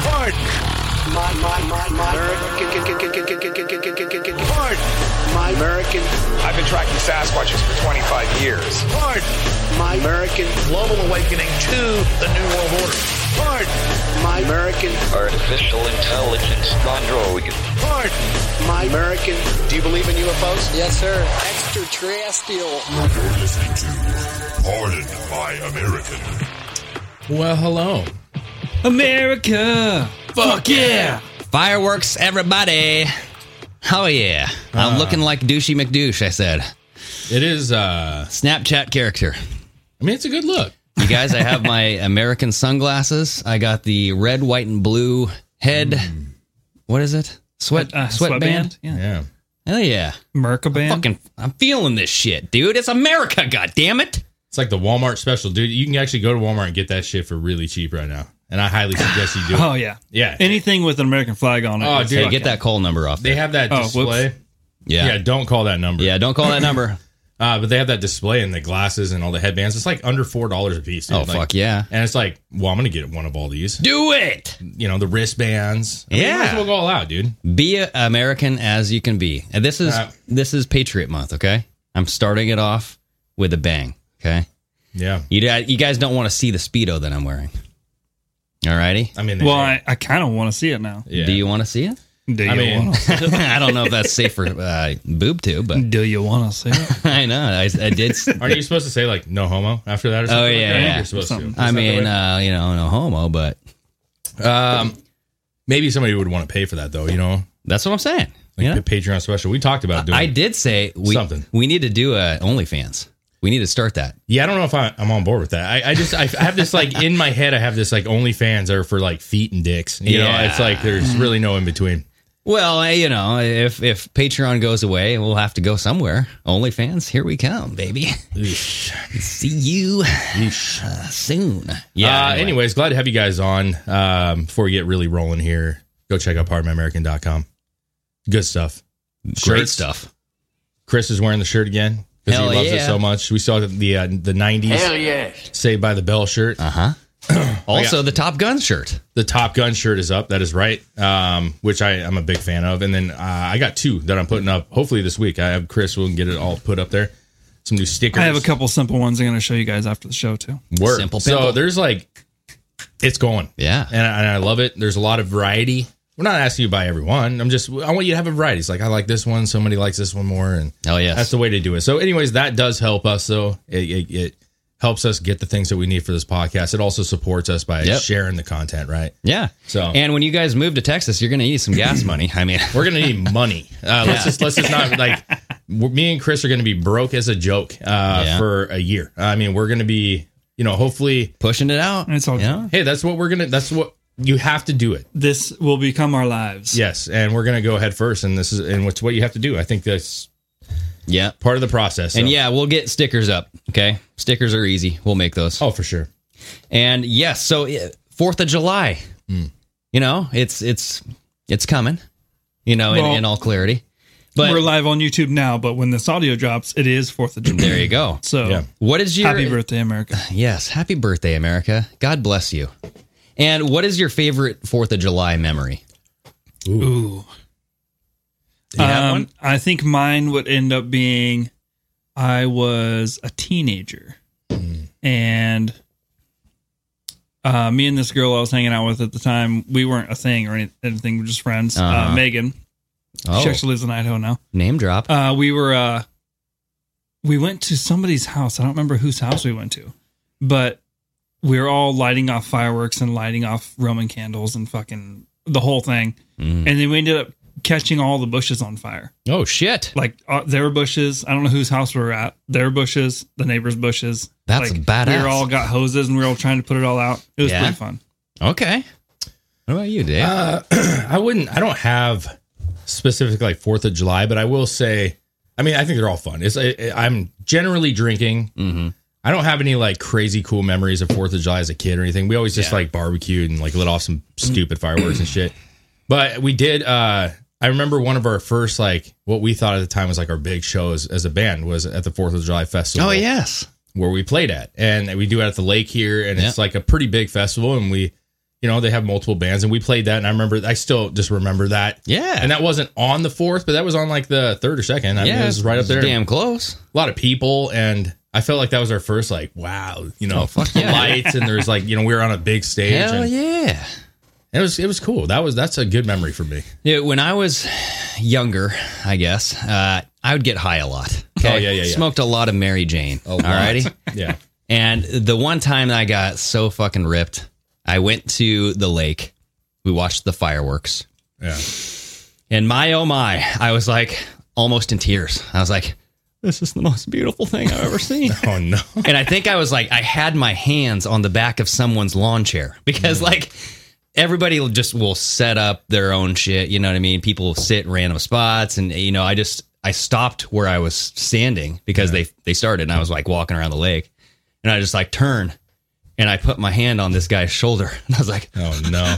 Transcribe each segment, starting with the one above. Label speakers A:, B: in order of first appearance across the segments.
A: My, my, my, my American. Pardon. My American.
B: I've been tracking Sasquatches for 25 years.
A: Pardon. My American.
C: Global awakening to the New World Order.
A: Pardon. My American.
D: Artificial intelligence android.
A: Pardon. My American.
C: Do you believe in UFOs?
A: Yes, sir. Extraterrestrial.
E: You're listening to Pardon My American.
F: Well, hello. America! Fuck yeah!
G: Fireworks, everybody! Oh yeah. I'm looking like Douchey McDouche, I said.
F: It is, uh,
G: Snapchat character.
F: I mean, it's a good look.
G: You guys, I have my American sunglasses. I got the red, white, and blue head. What is it? Sweat
H: Uh,
G: sweatband?
H: sweatband? Yeah.
F: Yeah.
G: Oh yeah.
H: Merca band.
G: Fucking I'm feeling this shit, dude. It's America, god damn it.
F: It's like the Walmart special, dude. You can actually go to Walmart and get that shit for really cheap right now. And I highly suggest you do it.
H: Oh yeah,
F: Yeah.
H: Anything with an American flag on it.
F: Oh,
H: is
F: dude,
G: Hey,
F: Okay.
G: get that call number off.
F: They
G: there.
F: have that
H: Oh, whoops.
F: display.
G: yeah.
F: Yeah,
G: yeah.
F: don't call that number.
G: don't call that number.
F: Uh, but they have that display and the glasses and all the headbands. It's like under four dollars a piece. dude.
G: Oh,
F: Like-
G: fuck yeah.
F: And it's like, well, I'm gonna get one of all these.
G: Do it.
F: You know, the wristbands. I mean,
G: Yeah.
F: might as well go all out, dude.
G: Be a- American as you can be. And this is
F: Uh,
G: this is Patriot Month, okay? I'm starting it off with a bang, okay?
F: Yeah,
G: You da- you guys don't want to see the speedo that I'm wearing. All righty.
F: I mean, they-
H: Well, I, I kind of want to see it now.
F: yeah.
G: Do you want to see it?
H: Do you
F: I mean-
H: want to?
G: I don't know if that's safe for uh, boob tube, but
H: Do you want to see it?
G: I know I, I did. s-
F: Aren't you supposed to say like no homo after that or something?
G: Oh,
F: like that?
G: yeah,
F: I think
G: yeah.
F: You're supposed
H: Something.
F: to.
G: I
F: Is that the
G: mean,
F: way-
G: uh, you know, no homo, but
F: maybe somebody would want to pay for that though. You know,
G: that's what I'm saying.
F: like
G: you know?
F: the Patreon special. We talked about doing.
G: I did say we
F: Something.
G: we need to do a OnlyFans. We need to start that.
F: Yeah, I don't know if I, I'm on board with that. I, I just I, I have this like in my head. I have this like OnlyFans are for like feet and dicks. You know,
G: Yeah.
F: it's like there's really no in between.
G: Well, eh, you know, if if Patreon goes away, we'll have to go somewhere. OnlyFans, here we come, baby. See you uh, soon. Yeah.
F: Uh,
G: anyway.
F: Anyways, glad to have you guys on. Um, before we get really rolling here, go check out PardonMyAmerican.com. Good stuff.
G: great
F: Shirts.
G: stuff.
F: Chris is wearing the shirt again because he
G: Hell
F: loves it
G: yeah.
F: so much. We saw the uh, the '90s Saved by the Bell shirt.
G: Uh-huh. Also, the Top Gun shirt.
F: The Top Gun shirt is up. That is right, um, which I am a big fan of. And then uh, I got two that I'm putting up. Hopefully this week, I have Chris will get it all put up there. Some new stickers.
H: I have a couple simple ones I'm going to show you guys after the show too.
F: Work.
G: Simple
F: so
G: pimple.
F: there's like, it's going.
G: Yeah.
F: and I, and I love it. There's a lot of variety. We're not asking you to buy every one. I'm just I want you to have a variety. It's like I like this one. Somebody likes this one more, and
G: Oh yes.
F: that's the way to do it. So, anyways, that does help us though. It, it, it helps us get the things that we need for this podcast. It also supports us by
G: Yep.
F: sharing the content. Right?
G: yeah.
F: So-
G: and when you guys move to Texas, you're gonna need some gas money. I mean,
F: We're gonna need money. Uh, Let's just let's just not like we're- me and Chris are gonna be broke as a joke uh,
G: Yeah.
F: for a year. I mean, we're gonna be you know hopefully.
G: pushing it out.
H: It's all
G: you know?
F: Hey, that's what we're gonna. That's what you have to do it.
H: This will become our lives.
F: Yes, and we're gonna go ahead first, and this is and what's what you have to do. I think that's
G: Yeah.
F: part of the process. so-
G: And yeah, we'll get stickers up. Okay. Stickers are easy. We'll make those.
F: oh for sure.
G: And yes, so eh, Fourth of July. You know, it's it's it's coming. You know, in,
H: Well-
G: in all clarity. But
H: We're live on YouTube now, but when this audio drops, it is Fourth of July.
G: there you go.
H: So
F: Yeah.
G: What is your
H: happy birthday, America!
G: Yes, happy birthday, America. God bless you. And what is your favorite Fourth of July memory?
H: Ooh,
F: you have
H: Um,
F: one?
H: I think mine would end up being
G: Hmm.
H: I was a teenager and uh, me and this girl I was hanging out with at the time, we weren't a thing or any- anything. We're just friends. uh
G: Uh-huh.
H: Megan,
G: Oh.
H: she actually lives in Idaho now.
G: Name drop.
H: Uh, we were uh, we went to somebody's house. I don't remember whose house we went to, but we were all lighting off fireworks and lighting off Roman candles and fucking the whole thing.
G: Mm.
H: And then we ended up catching all the bushes on fire.
G: Oh shit!
H: Like uh, their bushes. I don't know whose house we were at. Their bushes, the neighbors' bushes.
G: That's
H: like,
G: badass.
H: We all got hoses and we were all trying to put it all out. It was
F: Yeah.
H: pretty fun.
G: Okay. What about you, Dave?
F: Uh, I wouldn't. I don't have specific like Fourth of July, but I will say. I mean, I think they're all fun. It's I, I'm generally drinking. I don't have any like crazy cool memories of Fourth of July as a kid or anything. We always just like barbecued and like lit off some stupid fireworks and shit. But we did. uh I remember one of our first like what we thought at the time was like our big shows as a band was at the Fourth of July festival
G: oh yes.
F: where we played at. And we do it at the lake here, and it's like a pretty big festival. And we, you know, they have multiple bands, and we played that. And I remember, I still just remember that.
G: Yeah.
F: And that wasn't on the fourth, but that was on like the third or second. I mean,
G: Yeah,
F: it was right up
G: it's
F: there.
G: damn close.
F: A lot of people, and I felt like that was our first, like, wow, you know,
G: Oh, fuck
F: the
G: yeah.
F: lights, and there's like, you know, we were on a big stage.
G: Hell
F: and
G: yeah.
F: It was it was cool. That was that's a good memory for me.
G: Yeah, when I was younger, I guess uh, I would get high a lot.
F: Oh, yeah, yeah, yeah.
G: Smoked a lot of Mary Jane.
F: lot.
G: Alrighty.
F: Yeah.
G: And the one time that I got so fucking ripped, I went to the lake. We watched the fireworks.
F: Yeah.
G: And my oh my, I was like almost in tears. I was like, this is the most beautiful thing I've ever seen.
F: Oh no.
G: and I think I was like, I had my hands on the back of someone's lawn chair because
F: Mm.
G: like everybody just will set up their own shit. You know what I mean? People will sit in random spots, and you know, I just I stopped where I was standing because they they started, and I was like walking around the lake, and I just like turn. And I put my hand on this guy's shoulder, and I was like,
F: Oh no.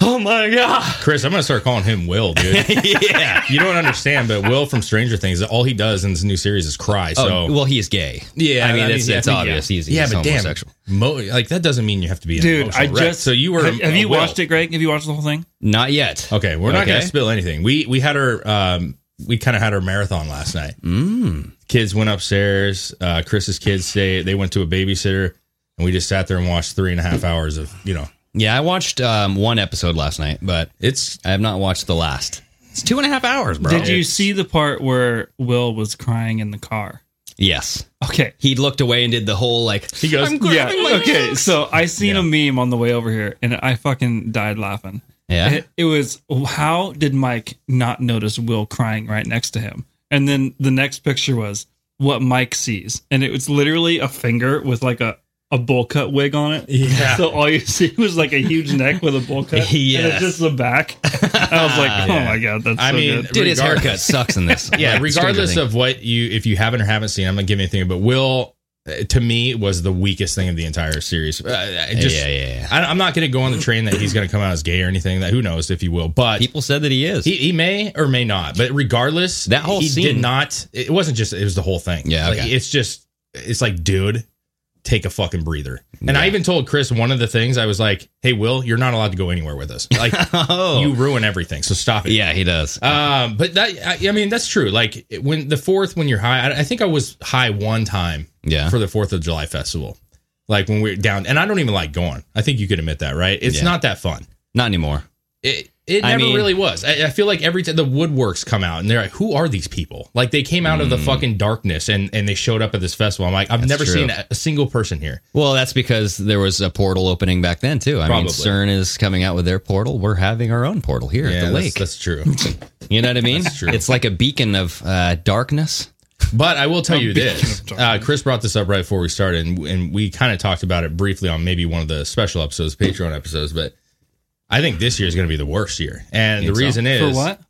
G: "Oh my god!"
F: Chris, I'm gonna start calling him Will, dude.
G: yeah.
F: you don't understand, but Will from Stranger Things, all he does in this new series is cry. So
G: oh, well, he's gay.
F: Yeah,
G: I mean, it's, it's
F: yeah,
G: obvious.
F: yeah.
G: He's,
F: yeah,
G: he's
F: but damn,
G: homosexual.
F: mo- like that doesn't mean you have to be, an
H: Dude, I
F: emotional wreck.
H: just
F: so you were.
H: Have, have you watched it, Greg? Have you watched the whole thing?
G: Not yet.
F: Okay, we're not
G: Okay.
F: going to spill anything. We we had our um we kind of had our marathon last night. Mm. Kids went upstairs. Uh, Chris's kids they they went to a babysitter, and we just sat there and watched three and a half hours of you know.
G: Yeah, I watched um, one episode last night, but
F: It's
G: I have not watched the last. It's two and a half hours, bro.
H: Did you see the part where Will was crying in the car?
G: Yes.
H: Okay.
G: He looked away and did the whole like.
F: he goes.
H: yeah. Okay. So I seen
F: Yeah.
H: a meme on the way over here, and I fucking died laughing.
G: Yeah.
H: It, it was how did Mike not notice Will crying right next to him? And then the next picture was what Mike sees, and it was literally a finger with like a a bowl cut wig on it.
F: Yeah.
H: So all you see was like a huge neck with a bowl cut. And
G: Yes.
H: it's just the back. I was like, oh my god, that's.
F: I
H: so
F: mean,
H: good.
G: Dude, his
F: regardless-
G: haircut sucks in this.
F: yeah,
G: Like,
F: regardless
G: Stranger
F: of what you, if you haven't or haven't seen, I'm not giving anything. But Will, uh, to me, was the weakest thing of the entire series. Uh, I
G: Things.
F: just,
G: yeah, yeah, yeah.
F: I, I'm not going to go on the train that he's going to come out as gay or anything. That who knows if he will, but
G: People said that he is.
F: he, he may or may not. But regardless,
G: That whole
F: he did
G: scene-
F: not. It wasn't just. It was the whole thing.
G: Yeah,
F: Like,
G: okay.
F: it's just. It's like, dude, take a fucking breather. And I even told Chris one of the things I was like, "Hey, Will, you're not allowed to go anywhere with us. Like,
G: oh.
F: you ruin everything. So stop it."
G: yeah, he does.
F: Um, but that I, I mean that's true. Like it- when the fourth, when you're high, I, I think I was high one time.
G: Yeah.
F: For the Fourth of July festival, like when we we're down, and I don't even like going. I think you could admit that, right? It's
G: Yeah.
F: not that fun.
G: not anymore.
F: It it
G: I
F: never
G: mean-
F: really was. I, I feel like every time the woodworks come out and they're like, who are these people? Like they came out of the fucking darkness and and they showed up at this festival. I'm like, I've
G: Mm. That's
F: never
G: true.
F: seen a, a single person here.
G: Well, that's because there was a portal opening back then too. I
F: Probably.
G: mean, CERN is coming out with their portal. We're having our own portal here at the
F: that's-
G: lake.
F: that's true.
G: you know what I mean?
F: That's true.
G: It's like a beacon of uh, darkness.
F: But I will tell you this:
H: speaking of
F: uh, Chris brought this up right before we started, and, and we kind of talked about it briefly on maybe one of the special episodes, Patreon episodes. But I think this year is going to be the worst year, and the
G: Think so?
F: reason is
H: for what?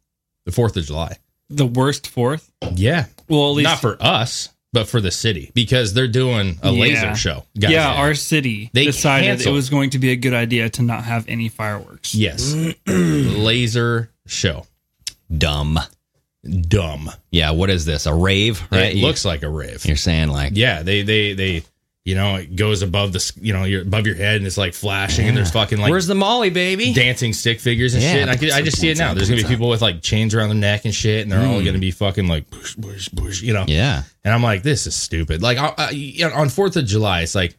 F: the Fourth of July.
H: The worst fourth.
F: Yeah,
H: Well, at least
F: not for us, but for the city because they're doing a
H: Yeah.
F: laser show. guys.
H: yeah, our city
F: They
H: decided
F: canceled.
H: it was going to be a good idea to not have any fireworks.
F: yes, laser show.
G: Dumb.
F: Dumb.
G: Yeah. What is this? A rave?
F: It
G: Right.
F: looks like a rave.
G: You're saying like
F: Yeah, they they they. You know, it goes above the s- you know you're above your head and it's like flashing and there's fucking like
G: Where's the Molly, baby?
F: dancing stick figures and
G: Yeah,
F: shit. And I, could,
G: pizza,
F: I just see it
G: pizza,
F: now. There's gonna be
G: pizza.
F: people with like chains around their neck and shit, and they're all gonna be fucking like, push, push, push, you know.
G: Hmm. Yeah.
F: And I'm like, this is stupid. Like I, I, you know, on Fourth of July, it's like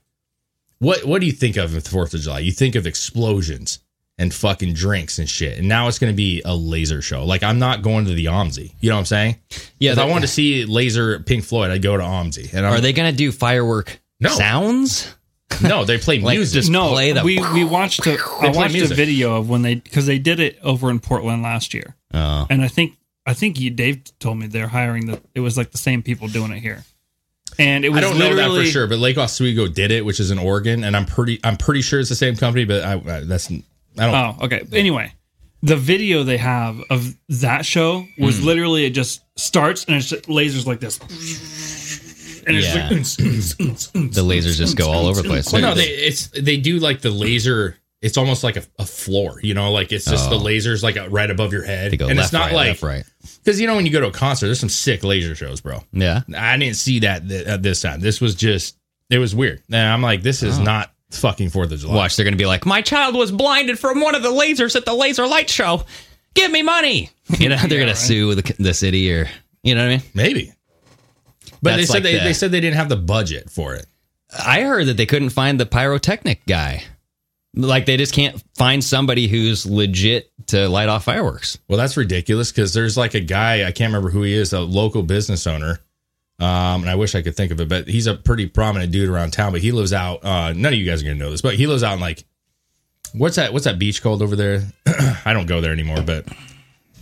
F: What What do you think of with Fourth of July? You think of explosions and fucking drinks and shit. And now it's going to be a laser show. Like I'm not going to the OMSI. You know what I'm saying?
G: Yeah,
F: If I
G: they-
F: wanted to see laser Pink Floyd, I'd go to OMSI. And I'm,
G: Are they going to do firework
F: No.
G: sounds?
F: No, they play
G: Like,
F: music.
G: just
H: no,
G: play the.
H: we we watched a I
F: play
H: watched a
F: music.
H: video of when they because they did it over in Portland last year,
G: Oh.
H: and I think I think you Dave told me they're hiring the it was like the same people doing it here, and it was
F: I don't know
H: literally
F: that for sure, but Lake Oswego did it, which is in Oregon, and I'm pretty I'm pretty sure it's the same company. But I, I that's I don't.
H: Oh, okay. Anyway, the video they have of that show was literally it just starts and it's just lasers like this. And it's
G: Yeah.
H: like
G: the lasers just go all over the place.
F: Well, no, they it's they do like the laser. It's almost like a, a floor, you know, like it's just
G: Oh.
F: the lasers like uh, right above your head,
G: They go
F: and
G: left,
F: it's not
G: right,
F: like
G: left, right.
F: because you know when you go to a concert, there's some sick laser shows, bro.
G: Yeah.
F: I didn't see that th- at this time. This was just it was weird, and I'm like, this is not fucking Fourth of July.
G: Watch, they're going to be like, my child was blinded from one of the lasers at the laser light show. Give me money. You know, they're going to sue the, the city or, you know what I mean?
F: Maybe, but they
G: That's
F: said
G: like
F: they,
G: the-
F: they said they didn't have the budget for it.
G: I heard that they couldn't find the pyrotechnic guy. Like, they just can't find somebody who's legit to light off fireworks.
F: Well, that's ridiculous because there's like a guy I can't remember who he is, a local business owner, um, and I wish I could think of it, but he's a pretty prominent dude around town. But he lives out. Uh, none of you guys are gonna know this, but he lives out in like what's that? What's that beach called over there? I don't go there anymore, but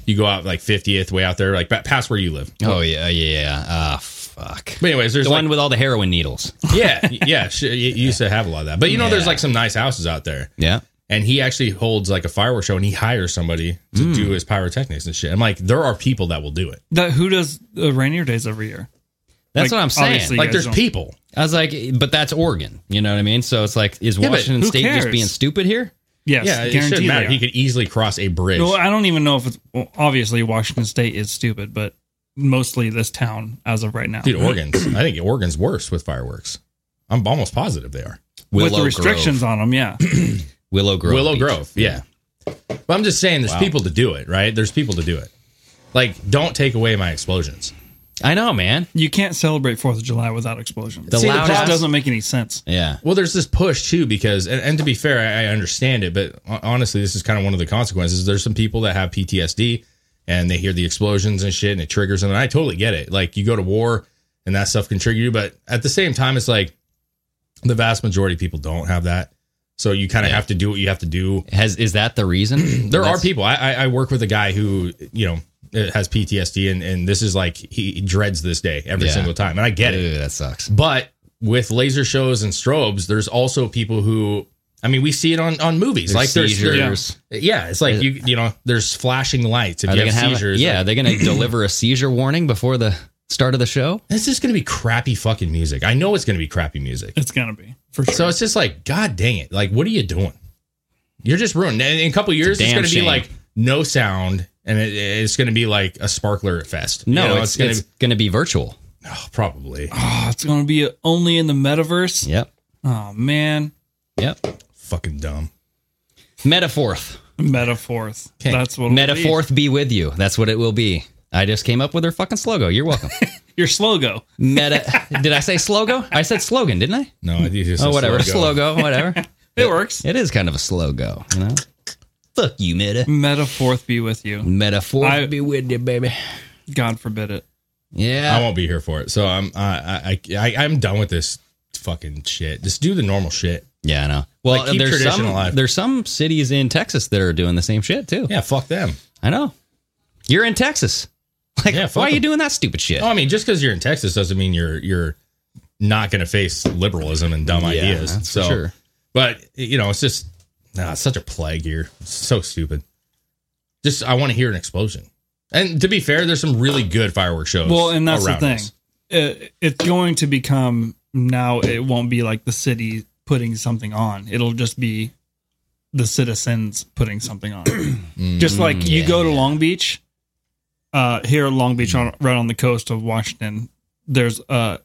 F: you go out like 50th way out there, like ba- past where you live.
G: Oh, yeah. Yeah. Ah, fuck.
F: But anyways, there's
G: The
F: like,
G: one with all the heroin needles.
F: yeah, yeah, sh- you you used to have a lot of that, but you know, there's
G: Yeah.
F: like some nice houses out there.
G: Yeah.
F: and he actually holds like a fireworks show and he hires somebody to do
G: Hmm.
F: his pyrotechnics and shit. I'm like, there are people that will do it.
H: that. Who does the Rainier Days every year?
G: That's
H: Like,
G: what I'm saying.
H: obviously-
G: Like,
F: Like, there's
H: don't-
F: people.
G: I was like, but that's Oregon. You know what I mean? So it's like, is
F: Yeah, but
G: Washington
H: who
G: State just
H: cares?
G: being stupid here?
H: Yes,
F: yeah, it
H: guarantee
F: shouldn't matter.
H: they
F: He
H: are.
F: could easily cross a bridge.
H: No, I don't even know if it's well, obviously Washington State is stupid, but mostly this town as of right now.
F: Dude, Oregon's. I think Oregon's worse with fireworks. I'm almost positive they are.
H: with the restrictions on them, yeah.
G: Willow Grove.
F: Willow
G: Beach.
F: Grove. Yeah. But I'm just saying there's people to do it, right? There's people to do it. Like, don't take away my explosions.
G: I know, man.
H: You can't celebrate Fourth of July without explosions.
G: The
H: It just
G: loudest-
H: doesn't make any sense.
G: Yeah.
F: Well, there's this push too, because, and, and to be fair, I, I understand it, but hon- honestly, this is kind of one of the consequences. There's some people that have PTSD and they hear the explosions and shit and it triggers them. And I totally get it. Like, you go to war and that stuff can trigger you. But at the same time, it's like the vast majority of people don't have that. So you kind of have to do what you have to do.
G: Has is that the reason?
F: There are
G: That's-
F: people, I, I, I work with a guy who, you know, has PTSD and, and this is like, he dreads this day every
G: Yeah.
F: single time. And I get it.
G: Ooh, that sucks.
F: But with laser shows and strobes, there's also people who, I mean, we see it on on movies.
G: There's
F: like there's
G: seizures.
F: there- yeah, it's like you you know, there's flashing lights if
G: Are
F: you
G: they
F: have
G: gonna have-
F: seizures.
G: yeah,
F: like,
G: they're going to deliver a seizure warning before the start of the show.
F: this is gonna be crappy fucking music. I know it's gonna be crappy music.
H: It's gonna be for sure.
F: So it's just like, god dang it! Like, what are you doing? You're just ruined. And in a couple years, it's,
G: damn
F: gonna
G: shame.
F: be like no sound, and it, it's gonna be like a sparkler fest.
G: No,
F: You know,
G: it's, it's going to be virtual.
F: gonna oh, probably
H: Oh, it's gonna be only in the metaverse.
G: Yep.
H: Oh man,
G: Yep.
F: fucking dumb.
G: Metaforth.
H: metaforth. That's what it'll be.
G: Metaforth be with you. That's what it will be. I just came up with her fucking slogan. You're welcome.
H: Your slogo.
G: Meta. did I say slogan? I said slogan, didn't I?
F: No, I think it's
G: Oh,
F: a
G: whatever.
F: slow go.
G: Slogo, whatever.
H: It works.
G: It is kind of a slow go, you know. Fuck you, Meta.
H: Metaforth be with you.
G: Metaphor
H: I-
G: be with you, baby.
H: God forbid it.
G: Yeah.
F: I won't be here for it. So I'm I I, I I'm done with this fucking shit. Just do the normal shit.
G: yeah, I know. Well,
F: Like, keep
G: there's
F: tradition
G: some
F: alive.
G: there's some cities in Texas that are doing the same shit too.
F: Yeah, fuck them.
G: I know. You're in Texas. Like,
F: Yeah, fuck Oh,
G: why are you
F: 'em.
G: doing that stupid shit?
F: No, I mean just because you're in Texas doesn't mean you're you're not going to face liberalism and dumb ideas.
G: that's
F: so,
G: for sure.
F: but you know, it's just nah, it's such a plague here. It's so stupid. Just I want to hear an explosion. And to be fair, there's some really good fireworks shows.
H: Well, and that's the
F: around
H: thing.
F: us.
H: It, it's going to become now. It won't be like the city putting something on. It'll just be the citizens putting something on.
F: Mm,
H: just like you go to Long Beach, uh, here at Long Beach, on, right on the coast of Washington. There's uh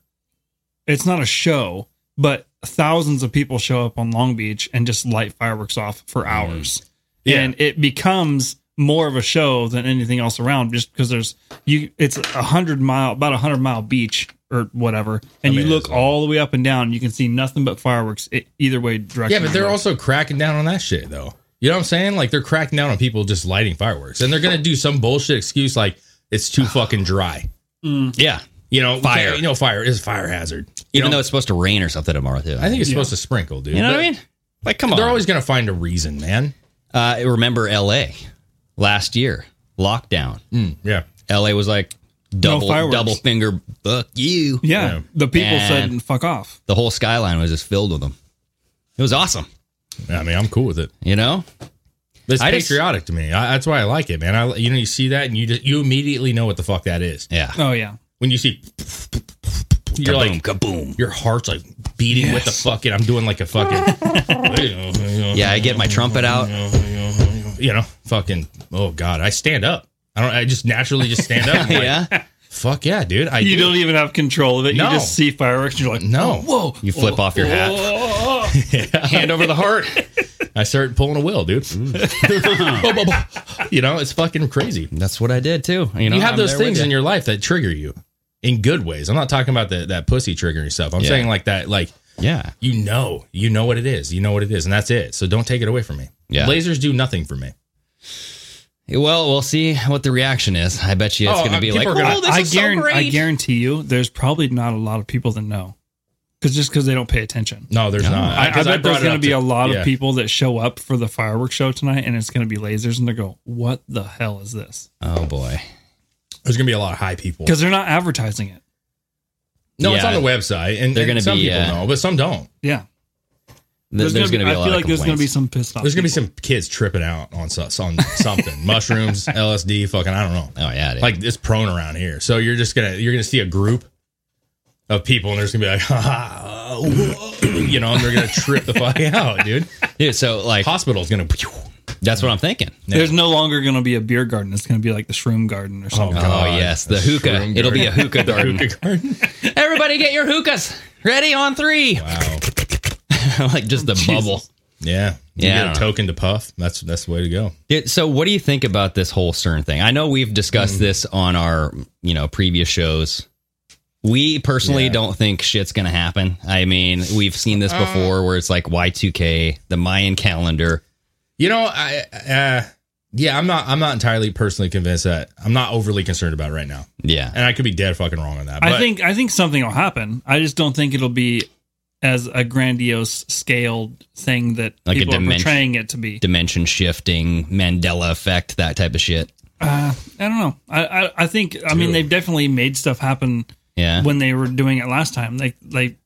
H: it's not a show, but thousands of people show up on Long Beach and just light fireworks off for hours.
F: Yeah.
H: And it becomes more of a show than anything else around just because there's you it's a hundred mile about a hundred mile beach or whatever, and you look all the way up and down, you can see nothing but fireworks i either way direction.
F: Yeah, but they're also cracking down on that shit though. You know what I'm saying? Like they're cracking down on people just lighting fireworks, and they're gonna do some bullshit excuse like it's too fucking dry.
G: Yeah.
F: You know, we can't-
G: Fire.
F: You know, fire is a fire hazard. You
G: Even
F: know?
G: though it's supposed to rain or something tomorrow, too.
F: I think it's supposed to sprinkle, dude.
G: You know what I
F: But
G: mean? Like, come on.
F: They're always gonna find a reason, man.
G: Uh, remember L.A. last year lockdown.
F: yeah.
G: L.A. was like double
H: fireworks.
G: double finger fuck you.
H: yeah, the people
G: And
H: said fuck off.
G: the whole skyline was just filled with them. It was awesome.
F: I mean, I'm cool with it.
G: You know,
F: It's
G: I just-
F: patriotic to me. I, that's why I like it, man. I, you know, you see that, and you just you immediately know what the fuck that is.
G: yeah.
H: Oh yeah,
F: When you see, you're
G: kaboom,
F: like,
G: kaboom.
F: your heart's like beating with the fucking. I'm doing like a fucking.
G: Yeah, I get my trumpet out.
F: You know, fucking. Oh god, I stand up. I don't. I just naturally just stand up. I'm like,
G: yeah,
F: Fuck yeah, dude. I
H: you
F: do.
H: don't even have control of it.
F: No.
H: You just see fireworks, and you're like,
F: No.
H: whoa,
G: you flip off your hat.
H: Oh.
F: hand over the heart. I start pulling a will, dude. Bo- bo- bo. you know, it's fucking crazy.
G: That's what I did too. You
F: Mm.
G: know,
F: you have
G: I'm
F: those
G: there with
F: things
G: you.
F: in your life that trigger you in good ways. I'm not talking about the, that pussy triggering stuff. I'm
G: Yeah.
F: saying like that, like
G: yeah.
F: you know, you know what it is. You know what it is, and that's it. So don't take it away from me.
G: Yeah.
F: Lasers do nothing for me.
G: Well, we'll see what the reaction is. I bet you it's
F: Oh,
G: going
F: uh,
G: to be
F: people
G: like,
F: are gonna-
G: oh, this
H: I,
G: is so
H: guaran-
G: great.
H: I guarantee you, there's probably not a lot of people that know, because just because they don't pay attention.
F: No, there's not.
H: I, I
F: Because
H: bet
F: brought
H: there's
F: it
H: going to
F: up
H: be a lot
F: yeah.
H: of people that show up for the fireworks show tonight, and it's going to be lasers, and they go, "What the hell is this?"
G: oh boy.
F: There's gonna be a lot of high people.
H: Because they're not advertising it.
F: No, it's
G: Yeah.
F: on the website, and
G: They're
F: and
G: gonna
F: some
G: be,
F: people
G: uh,
F: know, but some don't.
H: Yeah,
G: There's, there's going to be a
H: I
G: lot
H: feel
G: of
H: like there's going to be
G: complaints.
H: some pissed off.
F: There's gonna be
H: people.
F: some kids tripping out on so- on something, mushrooms, LSD, fucking I don't know.
G: Oh yeah, dude.
F: like it's prone around here. So you're just gonna you're gonna see a group of people, and there's gonna be like, ha, ha, whoa," you know, and they're gonna trip the fuck out, dude.
G: dude. So like,
F: Hospital's gonna.
G: that's what I'm thinking.
H: There's no longer going to be a beer garden. It's going to be like the shroom garden or something.
G: Oh yes, the hookah. It'll be a hookah garden.
F: Hookah garden.
G: Everybody, get your hookahs ready on three.
F: Wow.
G: like just the bubble.
F: Yeah. You
G: Yeah, I
F: get
G: don't
F: a
G: know.
F: token to puff. That's that's the way to go.
G: It, so, what do you think about this whole CERN thing? I know we've discussed this on our, you know, previous shows. We personally don't think shit's going to happen. I mean, we've seen this before where it's like Y2K, the Mayan calendar.
F: You know, I uh, yeah, I'm not I'm not entirely personally convinced that I'm not overly concerned about it right now,
G: Yeah.
F: and I could be dead fucking wrong on that.
H: I
F: but-
H: think I think something will happen. I just don't think it'll be as a grandiose scaled thing that
G: Like a
H: people are
G: dimension-
H: portraying it to be.
G: Dimension shifting, Mandela effect, that type of shit.
H: Uh, I don't know. I I, I think I mean
F: Dude.
H: they've definitely made stuff happen
G: Yeah.
H: when they were doing it last time. They they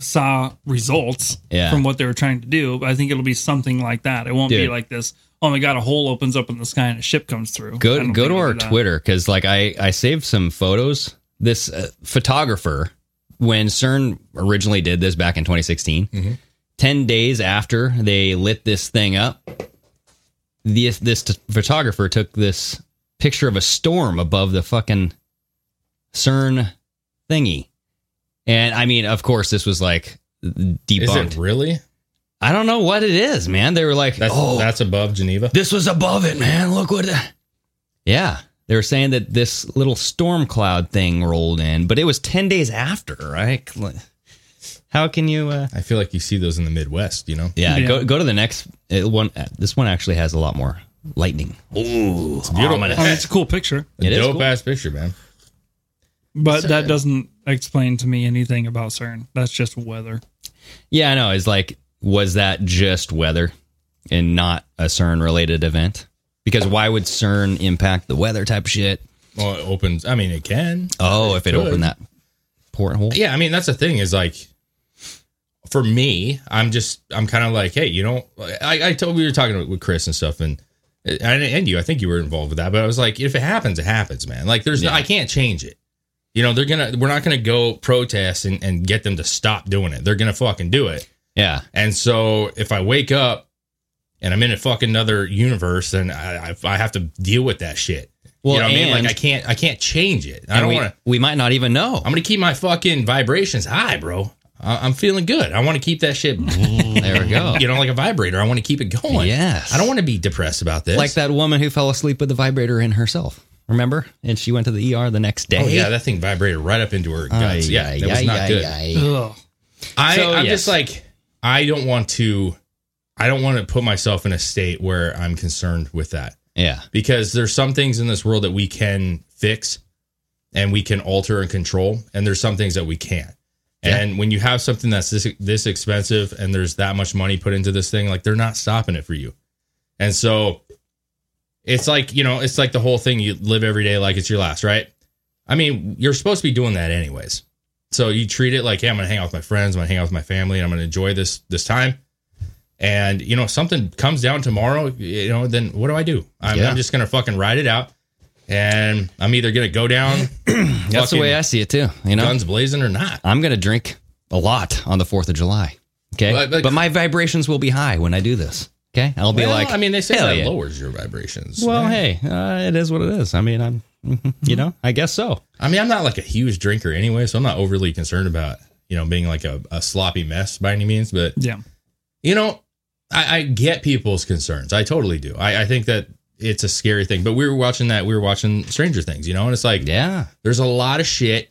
H: saw results
G: Yeah.
H: from what they were trying to do. But I think it'll be something like that. It won't be
G: Dude.
H: like this. Oh my god, a hole opens up in the sky and a ship comes through. I
G: go go
H: don't think
G: to
H: it'll
G: our
H: do that.
G: Twitter because like I I saved some photos. This uh, photographer, when CERN originally did this back in 2016,
H: Mm-hmm.
G: ten days after they lit this thing up, this this t- photographer took this picture of a storm above the fucking CERN thingy, and I mean, of course, this was like
F: is
G: debunked.
F: it really?
G: I don't know what it is, man. They were like,
F: That's
G: oh,
F: that's above Geneva.
G: this was above it, man. Look what. Yeah. They were saying that this little storm cloud thing rolled in, but it was 10 days after, right? How can you. Uh,
F: I feel like you see those in the Midwest. You know,
G: yeah,
H: Yeah.
G: Go, go to the next it, one. uh, This one actually has a lot more lightning. Ooh. It's
F: beautiful.
H: I mean, it's a cool picture,
G: Oh, It is
F: dope
G: cool.
F: ass picture, man.
H: but that doesn't explain to me anything about CERN. That's just weather.
G: Yeah, I know. It's like, was that just weather and not a CERN related event? Because why would CERN impact the weather type of shit?
F: Well, it opens. I mean, it can.
G: Oh, if it
F: Could.
G: opened that porthole.
F: Yeah, I mean that's the thing is like, for me, I'm just I'm kind of like, hey, you know, I I told we were talking with Chris and stuff, and and, and you, I think you were involved with that, but I was like, if it happens, it happens, man. Like, there's no, I can't change it. You know, they're gonna we're not gonna go protest and and get them to stop doing it. They're gonna fucking do it.
G: Yeah.
F: And so if I wake up and I'm in a fucking another universe, then I I, I have to deal with that shit.
G: Well,
F: you know what I mean?
G: and-
F: Like I can't I can't change it. I
G: And
F: don't
G: we-
F: want to.
G: We might not even know.
F: I'm gonna keep my fucking vibrations high, bro. I- I'm feeling good. I want to keep that shit,
G: there we go.
F: you know, like a vibrator. I want to keep it going.
G: Yes.
F: I don't want to be depressed about this.
G: Like that woman who fell asleep with the vibrator in herself. Remember? And she went to the ER the next day.
F: Oh yeah, that thing vibrated right up into her guts.
G: Ay,
F: yeah,
G: ay,
F: that was
G: ay,
F: not
G: ay,
F: good.
G: ay.
F: I,
G: So,
F: I'm
G: yes.
F: just like, I don't want to, I don't want to put myself in a state where I'm concerned with that
G: Yeah.
F: because there's some things in this world that we can fix and we can alter and control, and there's some things that we can't.
G: Yeah.
F: And when you have something that's this this expensive and there's that much money put into this thing, like they're not stopping it for you. And so it's like, you know, it's like the whole thing you live every day like it's your last, right? I mean, you're supposed to be doing that anyways. So you treat it like, hey, I'm gonna hang out with my friends, I'm gonna hang out with my family, and I'm gonna enjoy this this time. And you know, if something comes down tomorrow, you know, then what do I do? I'm,
G: Yeah.
F: I'm just gonna fucking ride it out, and I'm either gonna go down,
G: That's the way I see it too. You know,
F: guns blazing or not.
G: I'm gonna drink a lot on the Fourth of July. Okay,
F: But-
G: but,
F: but-
G: my vibrations will be high when I do this. Okay, I'll be
F: Well,
G: like,
F: I mean, they say
G: "Hell
F: that
G: yeah."
F: lowers your vibrations.
G: Well, hey, uh, it is what it is. I mean, I'm, you know, I guess so.
F: I mean, I'm not like a huge drinker anyway, so I'm not overly concerned about you know being like a, a sloppy mess by any means. But
H: Yeah.
F: you know, I, I get people's concerns. I totally do. I, I think that it's a scary thing. But we were watching that. We were watching Stranger Things, you know, and it's like,
G: Yeah,
F: there's a lot of shit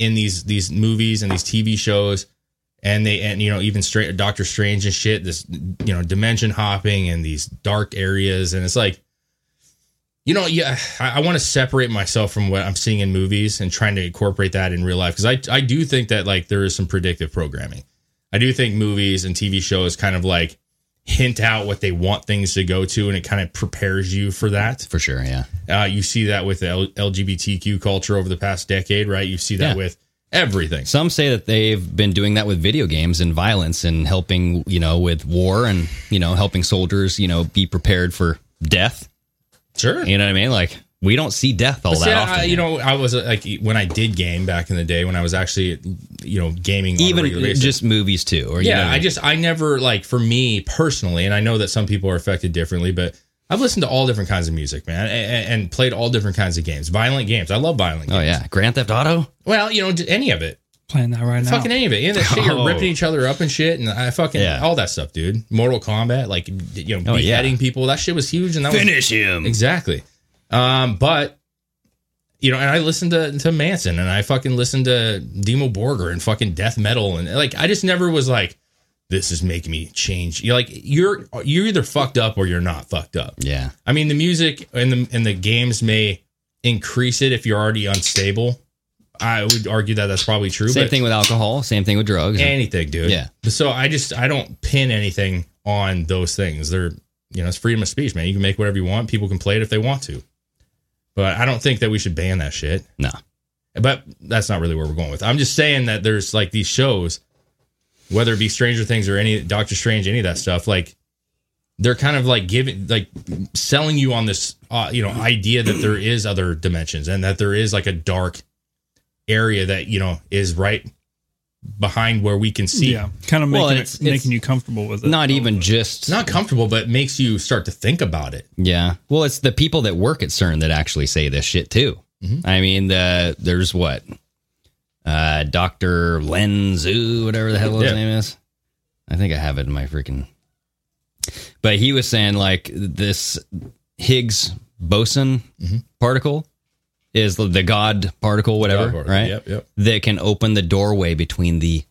F: in these these movies and these TV shows, and they and you know even straight Doctor Strange and shit. This you know dimension hopping and these dark areas, and it's like, you know, yeah, I, I want to separate myself from what I'm seeing in movies and trying to incorporate that in real life because I I do think that like there is some predictive programming. I do think movies and TV shows kind of like hint out what they want things to go to, and it kind of prepares you for that.
G: for sure. Yeah,
F: Uh, you see that with the L- LGBTQ culture over the past decade, right? You see that
G: Yeah.
F: with everything.
G: some say that they've been doing that with video games and violence and helping, you know, with war and you know, helping soldiers, you know, be prepared for death.
F: Sure.
G: You know what I mean? Like we don't see death all
F: See,
G: that
F: I-
G: often.
F: I, you know, I was uh, like when I did game back in the day when I was actually, you know, gaming on a
G: even
F: regular basis.
G: just movies too. Or you know
F: yeah,
G: what
F: I
G: mean?
F: just I never like for me personally, and I know that some people are affected differently, but I've listened to all different kinds of music, man, and, and played all different kinds of games, violent games. I love violent. games.
G: Oh yeah, Grand Theft Auto.
F: Well, you know, d- any of it.
H: Playing that right now.
F: Fucking any of it. And that shit, you're
G: Oh.
F: ripping each other up and shit, and I fucking
G: Yeah.
F: all that stuff, dude. Mortal Kombat, like you know,
G: Oh, yeah.
F: beheading people. That shit was huge, and that was
G: him.
F: exactly. Um, but you know, and I listened to to Manson, and I fucking listened to Demo Borger and fucking death metal, and like I just never was like, this is making me change. You're like you're you're either fucked up or you're not fucked up.
G: Yeah.
F: I mean, the music and the and the games may increase it if you're already unstable. I would argue that that's probably true.
G: Same
F: but-
G: thing with alcohol. Same thing with drugs.
F: anything, dude.
G: Yeah.
F: So I just I don't pin anything on those things. They're you know it's freedom of speech, man. You can make whatever you want. People can play it if they want to, but I don't think that we should ban that shit.
G: no.
F: But that's not really where we're going with. it. I'm just saying that there's like these shows, whether it be Stranger Things or any Doctor Strange, any of that stuff, like. They're kind of like giving, like selling you on this, uh, you know, idea that there is other dimensions and that there is like a dark area that you know is right behind where we can see.
H: Yeah. Kind of
G: Well,
H: making it,
G: it's- it's
H: making you comfortable with it.
G: Not even just.
F: It's not comfortable, but it makes you start to think about it.
G: Yeah. Well, it's the people that work at CERN that actually say this shit too.
F: Mm-hmm.
G: I mean, the there's what uh, Doctor Len Zhu, whatever the hell his
F: Yeah.
G: name is. I think I have it in my freaking. But he was saying like this Higgs boson particle is the- the God particle, whatever,
F: Mm-hmm. God particle,
G: right?
F: yep, yep.
G: That can open the doorway between the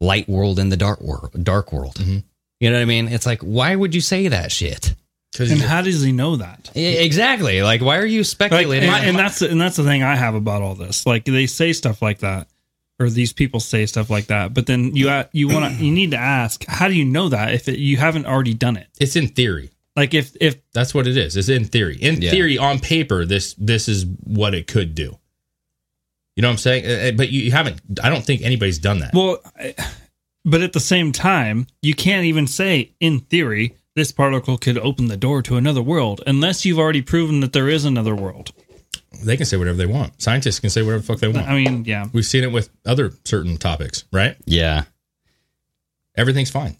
G: light world and the dark world. Dark world.
F: Mm-hmm.
G: You know what I mean? It's like, why would you say that shit?
F: Because
H: And how does he know that?
G: Yeah, E, Exactly. Like, why are you
H: Like,
G: speculating?
H: and, and that's the- and that's the thing I have about all this. Like they say stuff like that, or these people say stuff like that, but then you a- you want to you need to ask, how do you know that if it, you haven't already done it?
F: it's in theory.
H: Like if if
F: That's what it is. It's in theory. In
G: Yeah.
F: theory, on paper, this this is what it could do. You know what I'm saying? Eh, eh, But you you haven't. I don't think anybody's done that.
H: well, I- but at the same time, you can't even say in theory this particle could open the door to another world unless you've already proven that there is another world.
F: they can say whatever they want. Scientists can say whatever the fuck they want.
H: I mean, yeah,
F: We've seen it with other certain topics, right?
G: yeah.
F: Everything's fine.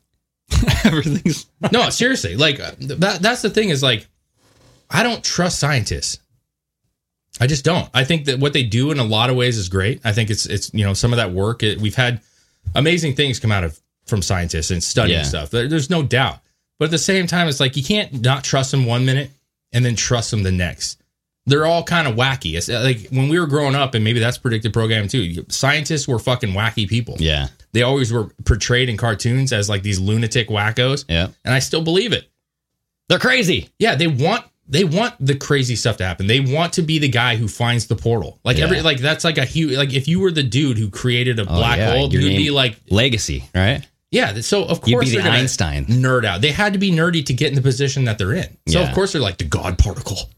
H: everything's
F: no, seriously. Like uh, th- that, that's the thing is like I don't trust scientists. I just don't. I think that what they do in a lot of ways is great. I think it's it's you know some of that work it, we've had amazing things come out of from scientists and studying
G: Yeah.
F: stuff. There- there's no doubt. But at the same time, it's like you can't not trust them one minute and then trust them the next. they're all kind of wacky. It's uh, like when we were growing up, and maybe that's predictive programming too. Scientists were fucking wacky people.
G: Yeah.
F: They always were portrayed in cartoons as like these lunatic wackos.
G: Yeah.
F: And I still believe it.
G: They're crazy.
F: Yeah, they want they want the crazy stuff to happen. They want to be the guy who finds the portal. Like
G: Yeah.
F: every like that's like a huge like if you were the dude who created a
G: Oh,
F: black
G: yeah,
F: hole,
G: your
F: you'd be
G: name-
F: like
G: Legacy, right?
F: yeah, so of course
G: You'd be the
F: they're gonna
G: Einstein.
F: nerd out. They had to be nerdy to get in the position that they're in. So
G: Yeah.
F: of course they're like the God particle.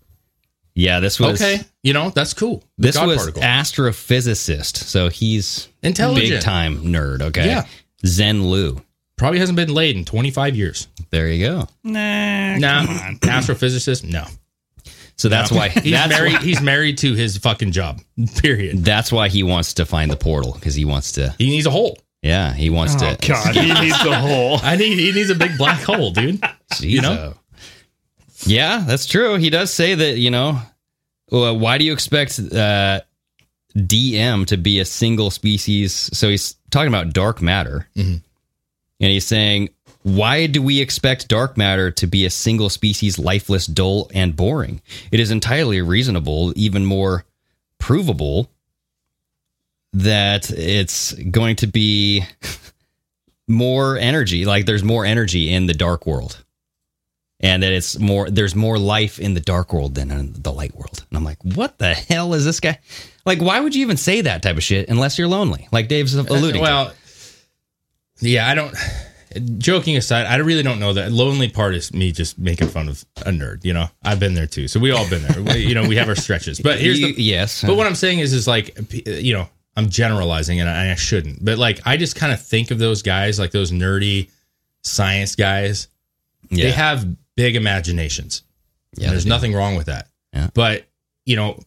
G: Yeah, this was
F: okay, you know that's cool. The
G: this
F: God
G: was
F: particle.
G: astrophysicist, so he's
F: Intelligent.
G: big time nerd. Okay,
F: Yeah.
G: Zen Lu.
F: Probably hasn't been laid in 25 years.
G: There you go.
H: Nah.
F: Nah,
H: come on.
F: astrophysicist. No,
G: So that's
F: No.
G: why
F: he's
G: that's
F: married.
G: Why,
F: He's married to his fucking job. Period.
G: that's why he wants to find the portal because he wants to.
F: He needs a hole.
G: Yeah, he wants
H: Oh,
G: to.
H: God. He needs a hole.
F: I need. He needs a big black hole, dude.
G: you know. uh, Yeah, that's true. He does say that. You know, well, why do you expect uh, DM to be a single species? So he's talking about dark matter, and he's saying, why do we expect dark matter to be a single species, lifeless, dull, and boring? It is entirely reasonable, even more provable, that it's going to be more energy. Like there's more energy in the dark world and that it's more there's more life in the dark world than in the light world and i'm like what the hell is this guy like why would you even say that type of shit unless you're lonely like dave's alluding
F: Uh,
G: to.
F: Well, yeah, I don't. Joking aside, I really don't know that lonely part is me just making fun of a nerd. You know, I've been there too. So we all been there. We- you know, we have our stretches. But here's
G: You-
F: the
G: yes
F: But what I'm saying is, is like, you know, I'm generalizing and I I shouldn't, but like, I just kind of think of those guys, like those nerdy science guys.
G: yeah
F: They have big imaginations.
G: yeah
F: There's
G: they do.
F: nothing wrong with that.
G: Yeah.
F: But, you know,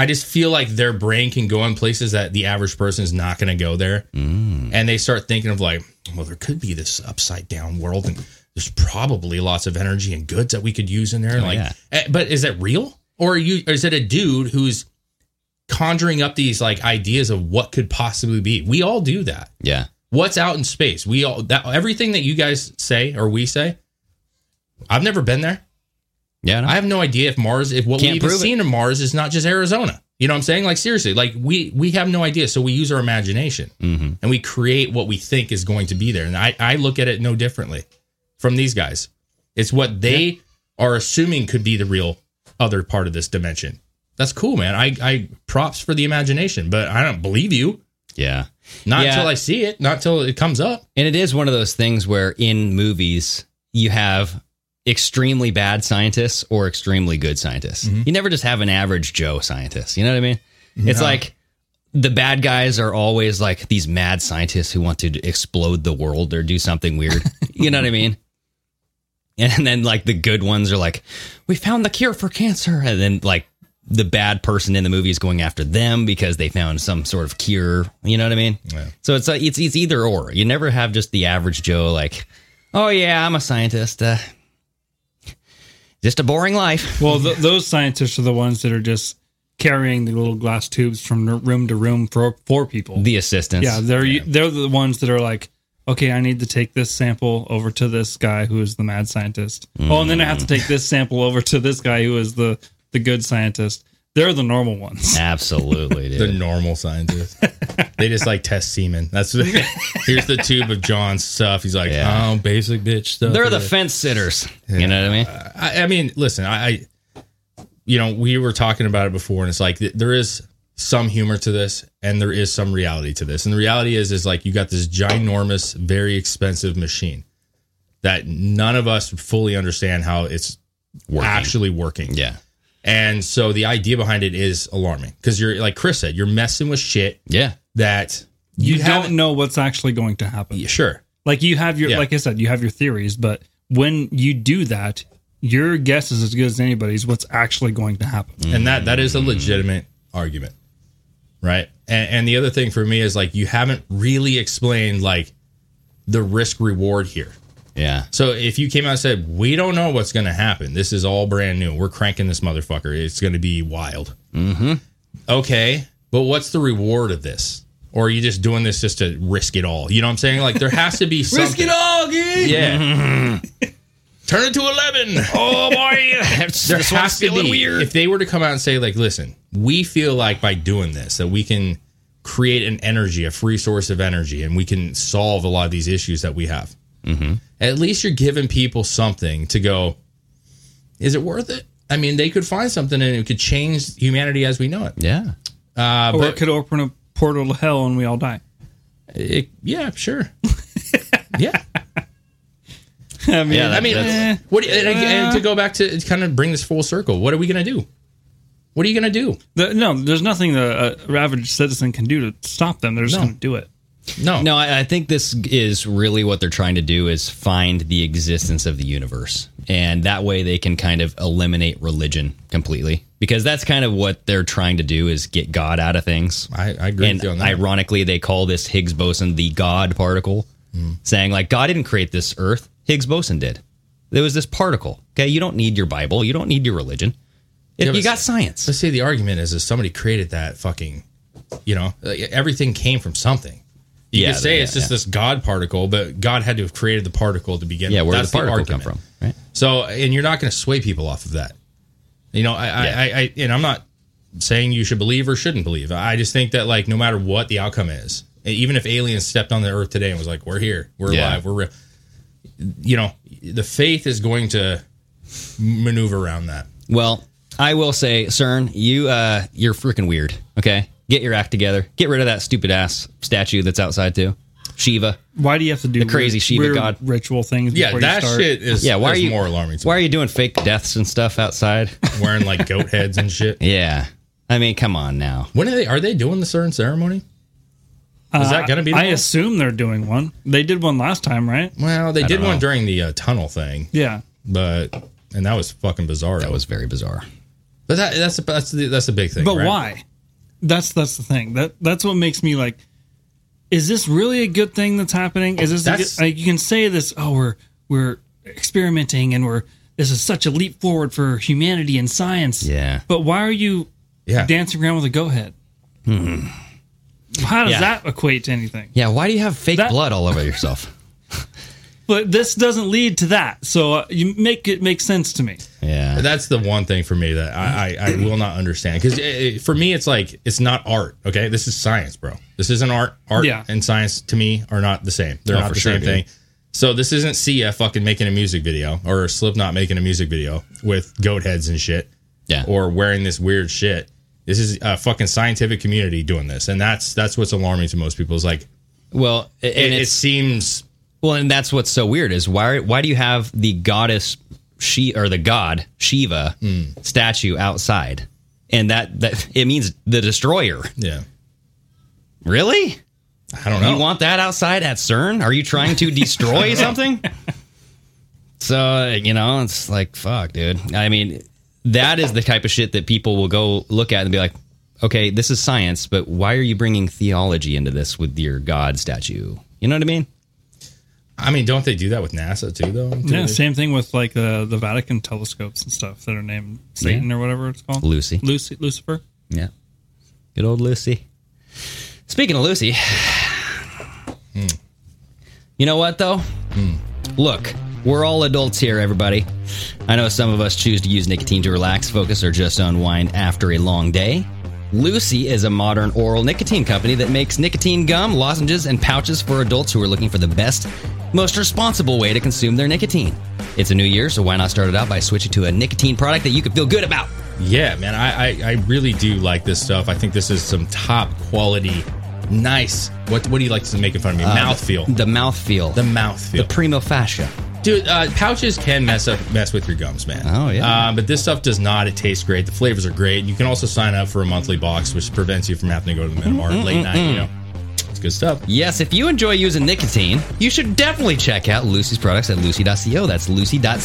F: I just feel like their brain can go in places that the average person is not going to go there.
G: Mm.
F: And they start thinking of like, well, there could be this upside down world and there's probably lots of energy and goods that we could use in there. And
G: Oh,
F: like,
G: yeah.
F: eh, but is that real? Or are you, or is it a dude who's conjuring up these like ideas of what could possibly be? We all do that
G: yeah
F: what's out in space we all that everything that you guys say or we say i've never been there
G: yeah no.
F: i have no idea if mars if what
G: Can't
F: we've
G: prove it.
F: seen in mars is not just arizona you know what i'm saying like seriously like we we have no idea so we use our imagination
G: Mhm.
F: and we create what we think is going to be there and i i look at it no differently from these guys it's what they are assuming could be the real other part of this dimension that's cool man i i props for the imagination but i don't believe you
G: yeah
F: not
G: Yeah.
F: until i see it not until it comes up
G: And it is one of those things where in movies you have extremely bad scientists or extremely good scientists. You never just have an average Joe scientist. You know what I mean? It's like the bad guys are always like these mad scientists who want to explode the world or do something weird. you know what I mean? And then like the good ones are like, we found the cure for cancer. And then like the bad person in the movie is going after them because they found some sort of cure. You know what I mean? So it's like it's it's either or. You never have just the average Joe like, oh yeah, I'm a scientist. Uh, just a boring life.
H: Well, th- those scientists are the ones that are just carrying the little glass tubes from r- room to room for for people.
G: The assistants.
H: yeah, they're they're the ones that are like, okay, I need to take this sample over to this guy who is the mad scientist. Oh, and then I have to take this sample over to this guy who is the the good scientist. They're the normal ones.
G: Absolutely,
F: They're
G: dude.
F: normal scientists. they just like test semen. That's what, here's the tube of John's stuff. He's like,
G: Yeah.
F: oh, basic bitch stuff.
G: They're the fence sitters. You know what I mean?
F: I, I mean, listen, I, I, you know, we were talking about it before, and it's like th- there is some humor to this, and there is some reality to this. And the reality is, is like you got this ginormous, very expensive machine that none of us fully understand how it's
G: Working.
F: actually working.
G: Yeah.
F: And so the idea behind it is alarming because you're like Chris said, you're messing with shit
G: Yeah.
F: that
H: You,
F: haven't-
H: don't know what's actually going to happen.
F: Yeah, sure.
H: Like you have your
F: Yeah.
H: like I said, you have your theories, but when you do that, your guess is as good as anybody's what's actually going to happen.
F: And that that is a legitimate argument. Right? And and the other thing for me is like you haven't really explained like the risk reward here.
G: Yeah.
F: So if you came out and said, "We don't know what's going to happen. This is all brand new. We're cranking this motherfucker. It's going to be wild." Mhm.
H: Mm-hmm.
F: Okay, but what's the reward of this? Or are you just doing this just to risk it all? You know what I'm saying? Like there has to be something.
H: Mm-hmm.
G: all, dude.
F: Yeah. turn it to 11.
G: Oh boy,
F: there
G: this
F: has
G: one's
F: to
G: feeling
F: be
G: weird.
F: if they were to come out and say like listen we feel like by doing this that we can create an energy a free source of energy and we can solve a lot of these issues that we have
G: Mm-hmm.
F: at least you're giving people something to go is it worth it i mean they could find something and it could change humanity as we know it
G: yeah
F: uh,
H: or
F: but
H: it could open a portal to hell and we all die.
F: it, yeah sure yeah
H: I mean,
G: Yeah, that-
F: I mean,
G: that's-
F: eh, what? And, and to go back to kind of bring this full circle, what are we gonna do? What are you gonna do?
H: the, no, there's nothing the uh, average citizen can do to stop them. They're just
F: No.
H: going to do it.
F: No,
G: No, I, I think this is really what they're trying to do is find the existence of the universe, and that way they can kind of eliminate religion completely because that's kind of what they're trying to do is get God out of things.
F: I, I agree
G: and
F: with you on that.
G: ironically, they call this Higgs boson the God particle,
F: Hmm.
G: saying like God didn't create this Earth, Higgs boson did. There was this particle. Okay, you don't need your Bible, you don't need your religion. If
F: Yeah,
G: you
F: but-
G: got science.
F: Let's say the argument is if somebody created that fucking, you know, like, everything came from something. You
G: Yeah,
F: could say
G: yeah,
F: it's just
G: yeah.
F: this God particle, but God had to have created the particle to begin
G: yeah,
F: with.
G: where did
F: That's
G: the particle come
F: argument.
G: from? Right.
F: So, and you're not going to sway people off of that. You know, I,
G: Yeah.
F: I, I, I, and I'm not saying you should believe or shouldn't believe. I just think that, like, no matter what the outcome is, and even if aliens stepped on the earth today and was like, we're here, we're
G: Yeah.
F: alive, we're real, you know, the faith is going to maneuver around that.
G: Well, I will say, CERN, you uh you're freaking weird. Okay? Get your act together. Get rid of that stupid ass statue that's outside too. Shiva.
H: Why do you have to do
G: The crazy
H: weird-
G: Shiva
H: weird
G: god.
H: ritual things?
F: Yeah,
H: before
F: that
H: you start?
F: shit is
G: Yeah, why are
F: is
G: you
F: more alarming. To me.
G: Why are you doing fake deaths and stuff outside?
F: wearing like goat heads and shit.
G: yeah. I mean, come on now.
F: When are they? Are they doing the certain ceremony?
H: Uh,
F: that gonna be
H: I
F: tomorrow?
H: assume they're doing one. They did one last time, right?
F: Well, they did
G: don't
F: one
G: know.
F: during the uh, tunnel thing,
H: Yeah.
F: but and that was fucking bizarre.
G: That was very bizarre.
F: but that, that's the- that's the, that's the big thing.
H: But
F: right?
H: why? That's that's the thing. That that's what makes me like. Is this really a good thing that's happening? Is this a
F: That's-
H: good, like you can say this? Oh, we're we're experimenting and we're this is such a leap forward for humanity and science.
G: Yeah.
H: But why are you
F: Yeah,
H: dancing around with a go head? How
G: Hmm.
H: does
G: Yeah.
H: that equate to anything?
G: Yeah, why do you have fake
H: That-
G: blood all over yourself?
H: But this doesn't lead to that. So uh, you make it make sense to me.
G: Yeah.
F: that's the one thing for me that I I, I will not understand because for me it's like it's not art. Okay, this is science, bro. This isn't art. Art
H: Yeah.
F: and science to me are not the same. They're
G: Oh,
F: not
G: for
F: the
G: sure,
F: same
G: dude.
F: thing. So this isn't Sia fucking making a music video or Slipknot making a music video with goat heads and shit.
G: Yeah.
F: or wearing this weird shit. This is a fucking scientific community doing this, and that's that's what's alarming to most people. Is like
G: well, and
F: it, it
G: it's
F: seems
G: Well, and that's what's so weird is why why do you have the goddess she or the god Shiva
F: Hmm.
G: statue outside? And that that it means the destroyer.
F: yeah.
G: Really?
F: I don't know.
G: You want that outside at CERN? Are you trying to destroy something? So, you know, it's like fuck, dude. I mean, that is the type of shit that people will go look at and be like, "Okay, this is science, but why are you bringing theology into this with your god statue?" You know what I mean?
F: I mean, don't they do that with NASA too, though?
H: Yeah, same thing with like the the Vatican telescopes and stuff that are named Satan or whatever it's called.
G: Lucy.
H: Lucy, Lucifer.
G: Yeah. Good old Lucy. Speaking of Lucy, you know what though? Look, we're all adults here, everybody. I know some of us choose to use nicotine to relax, focus, or just unwind after a long day. Lucy is a modern oral nicotine company that makes nicotine gum, lozenges, and pouches for adults who are looking for the best, most responsible way to consume their nicotine. It's a new year, so why not start it out by switching to a nicotine product that you can feel good about?
F: Yeah, man, I, I I really do like this stuff. I think this is some top quality, nice. What what do you like to make fun of me? mouthfeel, the,
G: Uh, The mouthfeel. The
F: mouthfeel,
G: primo fascia.
F: dude. Uh, pouches can mess up mess with your gums, man.
G: Oh, yeah.
F: Uh, but this stuff does not. It tastes great. The flavors are great. You can also sign up for a monthly box, which prevents you from having to go to the minimart late night. You know, it's good stuff.
G: Yes, if you enjoy using nicotine, you should definitely check out Lucy's products at lucy.co. That's lucy.co.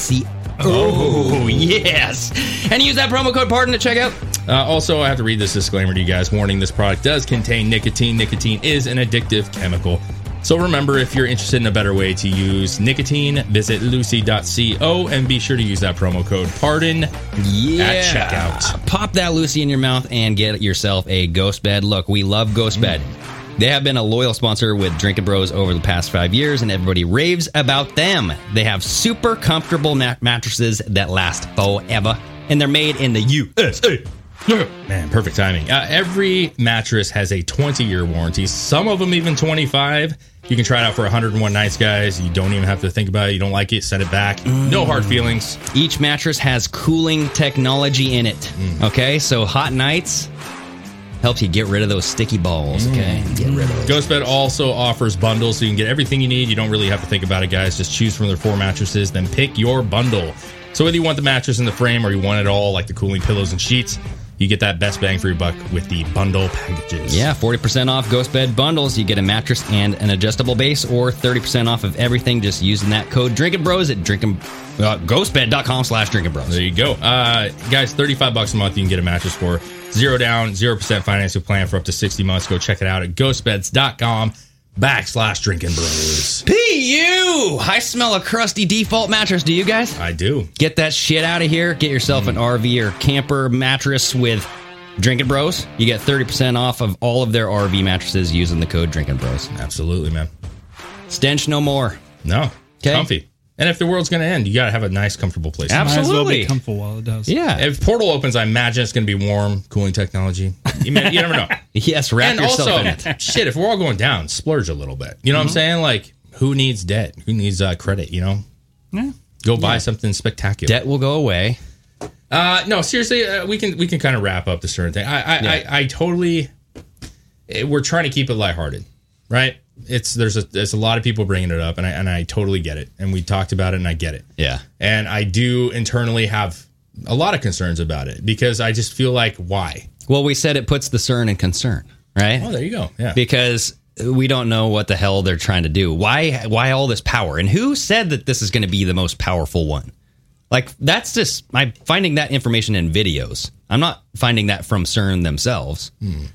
G: Oh, yes. And use that promo code PARDON to check out.
F: Uh, also, I have to read this disclaimer to you guys. Warning this product does contain nicotine. Nicotine is an addictive chemical. So remember, if you're interested in a better way to use nicotine, visit lucy.co and be sure to use that promo code PARDON.
G: Yeah.
F: checkout.
G: Pop that Lucy in your mouth and get yourself a ghost bed. Look, we love ghost bed. They have been a loyal sponsor with Drinking Bros over the past five years, and everybody raves about them. They have super comfortable na- mattresses that last forever, and they're made in the USA.
F: Yeah. Man, perfect timing. Uh, every mattress has a 20 year warranty, some of them even 25. You can try it out for 101 nights, guys. You don't even have to think about it. You don't like it, send it back. No hard feelings.
G: Each mattress has cooling technology in it. Okay, so hot nights helps you get rid of those sticky balls. Okay, get rid of.
F: Ghost Bed also offers bundles so you can get everything you need. You don't really have to think about it, guys. Just choose from their four mattresses, then pick your bundle. So whether you want the mattress and the frame or you want it all, like the cooling pillows and sheets, you get that best bang for your buck with the bundle packages.
G: Yeah, 40% off Ghost Bed bundles. You get a mattress and an adjustable base, or 30% off of everything just using that code Drinking Bros at drinking, uh, ghostbed.com slash drinking bros.
F: There you go. Uh, guys, 35 bucks a month you can get a mattress for. Zero down, 0% financing plan for up to 60 months. Go check it out at ghostbeds.com backslash drinking bros.
G: PU! I smell a crusty default mattress. Do you guys?
F: I do.
G: Get that shit out of here. Get yourself an RV or camper mattress with Drinking Bros. You get 30% off of all of their RV mattresses using the code Drinking Bros.
F: Absolutely, man.
G: Stench no more.
F: No.
G: 'Kay.
F: Comfy. And if the world's going to end, you got to have a nice, comfortable place. to
G: Absolutely.
H: Might as well be comfortable while it does.
G: Yeah.
F: If Portal opens, I imagine it's going to be warm, cooling technology. You, may- you never know.
G: Yes, wrap
F: and
G: yourself
F: also,
G: in it.
F: shit, if we're all going down, splurge a little bit. You know what I'm saying? Like, who needs debt? Who needs uh, credit? You know?
H: Yeah.
F: Go buy something spectacular.
G: Debt will go away.
F: Uh, no, seriously, uh, we can we can kind of wrap up the certain thing. I I, I, I totally. eh, We're trying to keep it lighthearted, right? It's there's a there's a lot of people bringing it up, and I and I totally get it. And we talked about it, and I get it.
G: Yeah.
F: And I do internally have a lot of concerns about it because I just feel like why?
G: Well, we said it puts the CERN in concern, right?
F: Oh, there you go. Yeah.
G: because we don't know what the hell they're trying to do. Why why all this power? And who said that this is going to be the most powerful one? Like that's just I'm finding that information in videos. I'm not finding that from CERN themselves.
F: Hmm.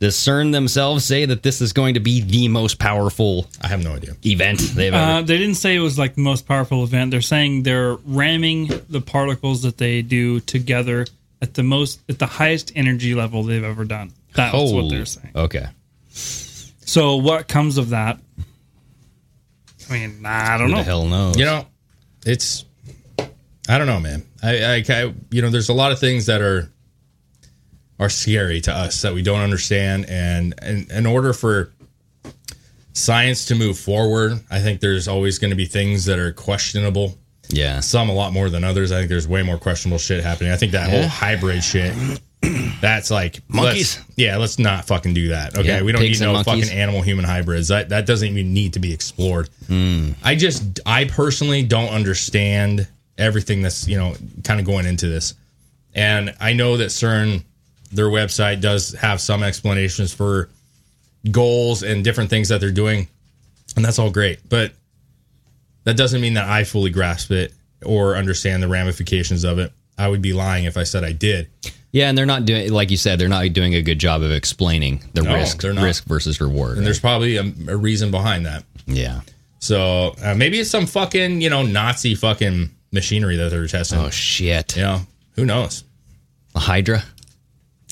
G: Does CERN themselves say that this is going to be the most powerful
F: I have no idea.
G: event they've
H: Uh,
G: ever?
H: they didn't say it was like the most powerful event. They're saying they're ramming the particles that they do together at the most at the highest energy level they've ever done. That's what
G: Oh,
H: they're saying.
G: Okay.
H: So what comes of that? I mean, I don't
G: Who
H: know.
G: the hell knows?
F: You know, it's I don't know, man. I, I, I you know, there's a lot of things that are are scary to us that we don't understand, and and in order for science to move forward, I think there's always going to be things that are questionable.
G: yeah.
F: Some a lot more than others. I think there's way more questionable shit happening. I think that whole hybrid shit. That's like
G: Monkeys?
F: let's- yeah, let's not fucking do that. Okay,
G: Yeah,
F: we don't need
G: pigs and
F: no
G: monkeys.
F: fucking animal human hybrids. That that doesn't even need to be explored.
G: Hmm.
F: I just I personally don't understand everything that's you know kind of going into this, and I know that CERN their website does have some explanations for goals and different things that they're doing, and that's all great, but that doesn't mean that I fully grasp it or understand the ramifications of it. I would be lying if I said I did.
G: Yeah, and they're not doing like you said. They're not doing a good job of explaining the
F: No,
G: risk,
F: they're not.
G: risk versus reward.
F: And there's probably a, a reason behind that.
G: yeah.
F: So uh, maybe it's some fucking, you know, Nazi fucking machinery that they're testing.
G: Oh shit.
F: you know, who knows?
G: A Hydra.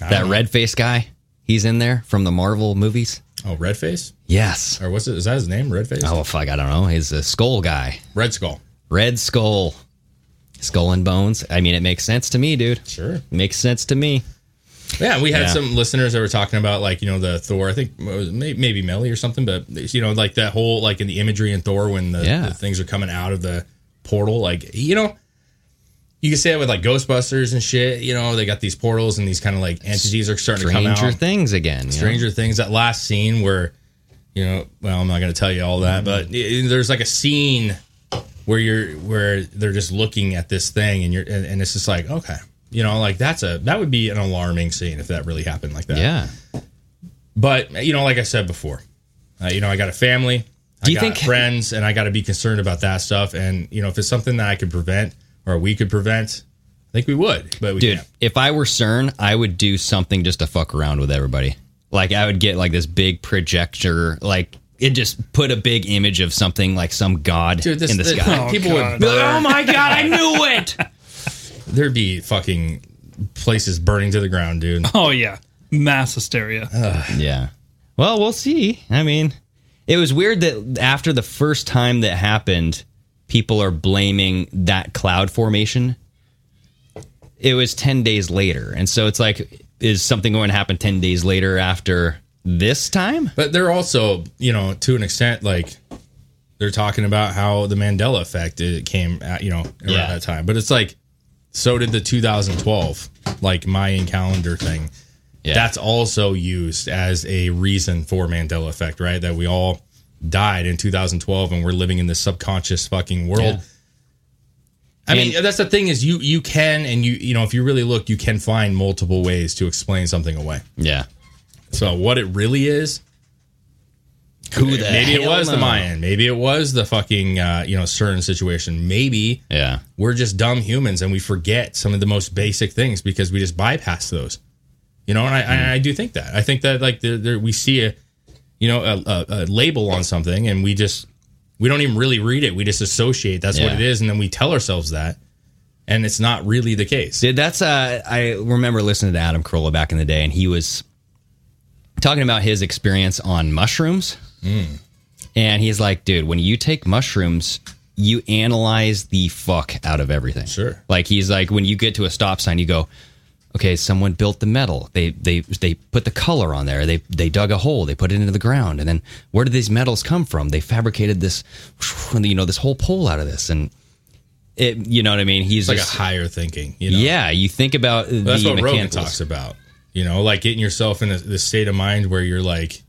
F: I
G: That
F: don't know.
G: red face guy, he's in there from the Marvel movies.
F: Oh, Redface?
G: Yes.
F: Or what's it? Is that his name? Redface?
G: Oh fuck, I don't know. He's a skull guy.
F: Red Skull.
G: Red Skull. Skull and Bones. I mean, it makes sense to me, dude.
F: Sure.
G: Makes sense to me.
F: Yeah, we had
G: Yeah.
F: some listeners that were talking about like you know the Thor. I think it was may- maybe Melly or something, but you know like that whole like in the imagery in Thor when the,
G: Yeah.
F: the things are coming out of the portal. Like you know, you can say it with like Ghostbusters and shit. You know they got these portals and these kind of like entities are starting to come
G: Stranger
F: out.
G: Things again. you
F: Stranger Things. That last scene where you know, well, I'm not going to tell you all that, but
G: Mm-hmm.
F: i- i- there's like a scene where you're where they're just looking at this thing and you're and, and it's just like okay. You know, like that's a that would be an alarming scene if that really happened like that.
G: know? Yeah.
F: But you know, like I said before, uh, you know, I got a family, I
G: Do you
F: got
G: think-
F: friends, and I got to be concerned about that stuff. And you know, if it's something that I could prevent or we could prevent, I think we would. But we
G: Dude,
F: can't.
G: if I were CERN, I would do something just to fuck around with everybody. Like I would get like this big projector, like it just put a big image of something like some god
F: Dude, this,
G: in the
F: this-
G: sky.
F: people
H: God.
F: would. burn.
G: oh my god, I knew it.
F: There'd be fucking places burning to the ground, dude.
H: Oh yeah, mass hysteria.
G: yeah. Well, we'll see. I mean, it was weird that after the first time that happened, people are blaming that cloud formation. It was 10 days later. And so it's like, is something going to happen 10 days later after this time?
F: But they're also, you know, to an extent, like they're talking about how the Mandela effect it came at, you know, around
G: Yeah.
F: that time. But it's like, so did the 2012, like Mayan calendar thing.
G: Yeah.
F: That's also used as a reason for Mandela effect, right? That we all died in 2012 and we're living in this subconscious fucking world.
G: Yeah.
F: I mean, that's the thing is you you can and you you know if you really look, you can find multiple ways to explain something away.
G: Yeah.
F: So what it really is,
G: Who the
F: maybe it
G: hell
F: was the
G: knows?
F: Mayan, maybe it was the fucking uh, you know certain situation. Maybe
G: Yeah.
F: we're just dumb humans and we forget some of the most basic things because we just bypass those. You know, and I I, I do think that I think that like there, there, we see a you know a, a, a label on something and we just we don't even really read it. We just associate that's what
G: Yeah.
F: it is, and then we tell ourselves that, and it's not really the case.
G: Dude, that's uh I remember listening to Adam Carolla back in the day and he was talking about his experience on mushrooms.
F: Hmm.
G: And he's like, dude, when you take mushrooms, you analyze the fuck out of everything.
F: Sure.
G: Like he's like when you get to a stop sign, you go, okay, someone built the metal. They they they put the color on there. They they dug a hole. They put it into the ground. And then where did these metals come from? They fabricated this, you know, this whole pole out of this. And it, you know what I mean?
F: It's
G: He's
F: like a
G: just-
F: higher thinking. You know?
G: yeah, you think about
F: That's
G: the
F: what Rogan
G: mechanicals.
F: talks about. You know, like getting yourself in a, this state of mind where you're like,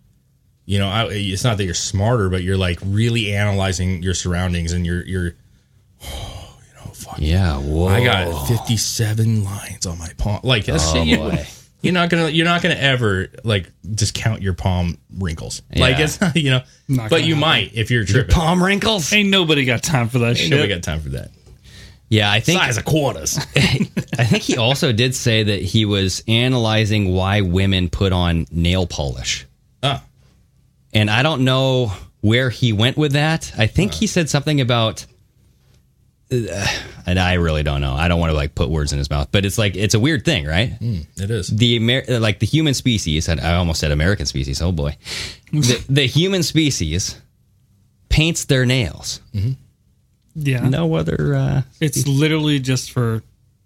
F: you know, I, it's not that you're smarter, but you're like really analyzing your surroundings and you're you're. Oh, you know, fuck.
G: Yeah, whoa.
F: I got 57 lines on my palm. Like that's
G: Oh,
F: you,
G: boy.
F: are not gonna you're not gonna ever like discount your palm wrinkles. Like
G: Yeah.
F: it's not you know,
H: Not
F: but
H: gonna
F: you
H: happen.
F: might if you're
G: Your
F: tripping.
G: palm wrinkles.
H: Ain't nobody got time for that
F: Ain't
H: shit.
F: nobody got time for that.
G: Yeah, I think
F: Size of quarters.
G: I think he also did say that he was analyzing why women put on nail polish.
F: Ah.
G: And I don't know where he went with that. I think he said something about uh, and I really don't know. I don't want to like put words in his mouth, but it's like it's a weird thing, right?
F: hmm, it is.
G: the Amer- like the human species, and I almost said American species. Oh boy, the, the human species paints their nails.
H: Yeah.
G: No other, uh,
H: It's literally just for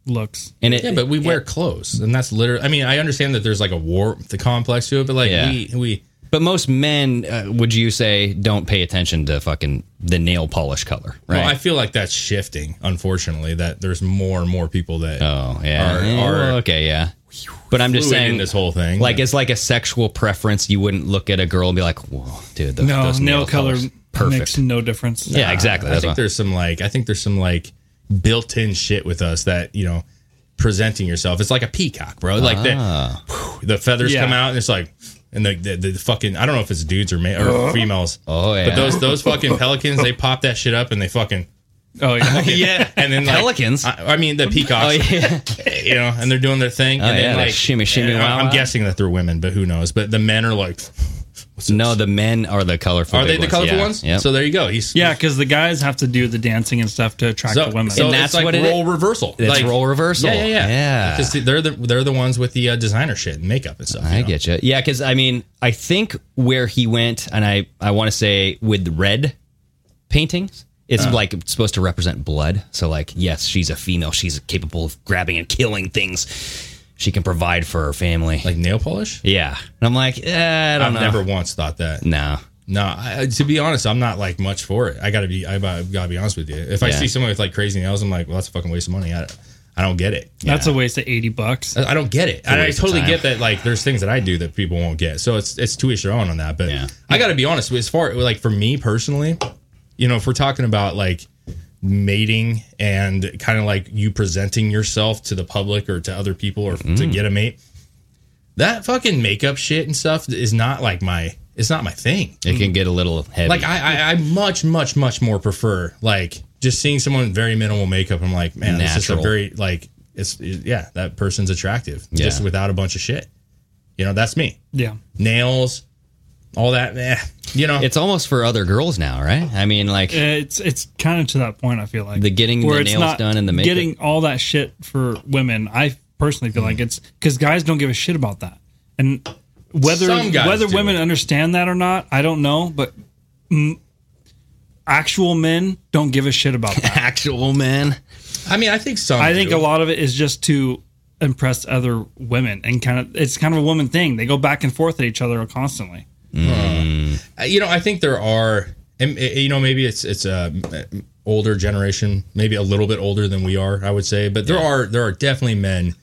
H: looks.
G: and it,
F: Yeah, but we wear clothes, and that's literally. I mean, I understand that there's like a warmth the complex to it, but like
G: Yeah.
F: we we
G: but most men, uh, would you say, don't pay attention to fucking the nail polish color, right?
F: well, I feel like that's shifting. Unfortunately, that there's more and more people that
G: oh yeah,
F: Are-
G: Yeah,
F: are-
G: well, okay, yeah. But I'm just
F: fluid in
G: saying
F: this whole thing.
G: Like it's like a sexual preference. You wouldn't look at a girl and be like, "Whoa, dude, those,
H: No,
G: those
H: nail, color
G: colors,
H: makes
G: perfect."
H: no difference.
G: Yeah, exactly.
F: I
G: That's
F: think
G: what-
F: there's some like I think there's some like built-in shit with us that you know presenting yourself. It's like a peacock, bro. Like
G: Ah.
F: the the feathers
H: Yeah.
F: come out, and it's like and the, the the fucking I don't know if it's dudes or ma- or females.
G: Oh, yeah.
F: but those those fucking pelicans, they pop that shit up and they fucking.
H: Oh yeah.
F: Yeah, and then like,
G: Pelicans?
F: I, I mean the peacocks.
G: Oh yeah,
F: you know, and they're doing their thing.
G: Oh,
F: and
G: yeah,
F: then,
G: like
F: like
G: shimmy, shimmy,
F: and I'm,
G: wah, wah.
F: I'm guessing that they're women, but who knows? But the men are like,
G: no, the men are the colorful.
F: are they
G: big
F: the colorful
G: yeah.
F: ones?
G: Yep.
F: So there you go. He's
H: Yeah, because the guys have to do the dancing and stuff to attract
F: so,
H: the women.
F: so
G: And that's
F: it's like
G: what it
F: role reversal.
G: It's
F: like,
G: role reversal.
F: Yeah, yeah, yeah.
G: Yeah.
F: Because they're the they're the ones with the uh, designer shit and makeup and stuff.
G: I
F: you know?
G: get you. Yeah, because I mean, I think where he went, and I, I want to say with the red paintings, it's
F: Uh-huh.
G: like supposed to represent blood. So, like, yes, she's a female. She's capable of grabbing and killing things. She can provide for her family.
F: like nail polish.
G: yeah. And I'm like, eh, I don't
F: I've
G: know.
F: never once thought that.
G: no.
F: No, I, I- to be honest, I'm not like much for it. I gotta be. I, have gotta be honest with you. If I
G: Yeah.
F: see someone with like crazy nails, I'm like, well, that's a fucking waste of money. I, I don't get it.
H: That's a waste of eighty bucks.
F: I I don't get it. And I
G: waste of
F: totally
G: time.
F: get that. Like, there's things that I do that people won't get. So it's it's to each their own on that. But
G: Yeah.
F: I got to be honest. As far like for me personally, you know, if we're talking about like mating and kind of like you presenting yourself to the public or to other people or to
G: Mm-hmm.
F: get a mate, that fucking makeup shit and stuff is not like my it's not my thing.
G: It can get a little
F: Mm-hmm.
G: heavy.
F: Like I, I I much much much more prefer like just seeing someone with very minimal makeup. I'm like, man, this is a
G: Natural.
F: very like it's yeah that person's attractive just
G: Yeah.
F: without a bunch of shit. You know, that's me.
H: yeah.
F: Nails, all that. Eh, you know,
G: it's almost for other girls now, right? I mean, like,
H: It's it's kind of to that point. I feel like
G: The getting the nails done and the makeup.
H: getting all that
G: Mm.
H: shit for women. I personally feel like it's because guys don't give a shit about that, and Whether
F: Some guys
H: whether
F: do
H: women understand that or not, I don't know. But mm, actual men don't give a shit about that.
G: actual men.
F: I mean, I think some.
H: I think
F: do.
H: a lot of it is just to impress other women and kind of it's kind of a woman thing. They go back and forth at each other constantly.
F: Uh, you know, I think there are, and uh, you know, maybe it's it's a uh, older generation, maybe a little bit older than we are. I would say, but there are there are definitely men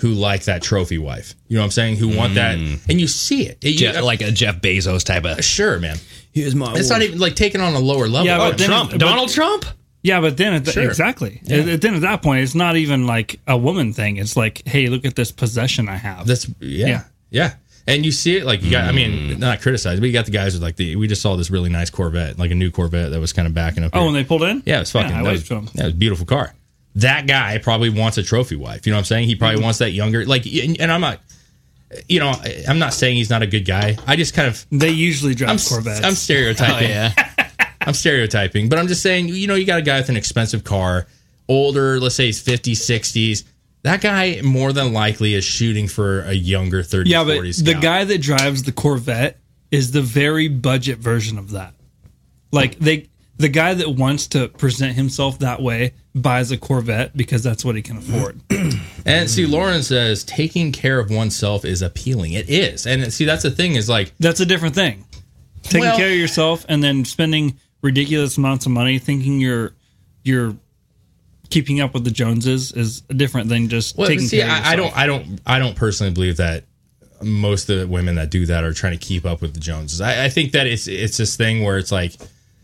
F: who like that trophy wife. You know what I'm saying? Who want that, and you see it. It- you- uh,
G: Jeff, Mm. like a Jeff Bezos type of.
F: sure, man.
G: Here's my.
F: It's not even like taken on a lower level.
H: Yeah, but then-
G: Trump,
H: but-
G: Donald Trump.
H: Yeah, but then at the,
F: Sure.
H: exactly. At- At, then at that point, it's not even like a woman thing. It's like, hey, look at this possession I have.
F: That's yeah,
H: Yeah. Mm.
F: yeah. And you see it like you got. I mean, not criticized, but you got the guys with like the. We just saw this really nice Corvette, like a new Corvette that was kind of backing up.
H: oh,
F: here.
H: when they pulled in,
F: Yeah, it was fucking.
H: I
F: that,
H: waved
F: was,
H: to 'em.
F: that was a beautiful car. That guy probably wants a trophy wife. You know what I'm saying? He
H: Mm-hmm.
F: probably wants that younger. Like, and, and I'm not. You know, I- I'm not saying he's not a good guy. I just kind of.
H: They usually drive
F: I'm,
H: Corvettes.
F: I'm stereotyping.
G: yeah.
F: I'm stereotyping, but I'm just saying. You know, you got a guy with an expensive car, older. Let's say he's 50s, 60s. That guy more than likely is shooting for a younger 30s,
H: yeah, but
F: 40s.
H: the
F: gal.
H: guy that drives the Corvette is the very budget version of that. Like they, the guy that wants to present himself that way buys a Corvette because that's what he can afford.
F: And see, Lauren says taking care of oneself is appealing. It is, and see, that's the thing is like
H: that's a different thing. Taking
F: Well-
H: care of yourself and then spending ridiculous amounts of money thinking you're you're keeping up with the Joneses is different than just
F: Well,
H: taking
F: see,
H: care of yourself.
F: I, I don't, I don't, I don't personally believe that most of the women that do that are trying to keep up with the Joneses. I, I think that it's it's this thing where it's like,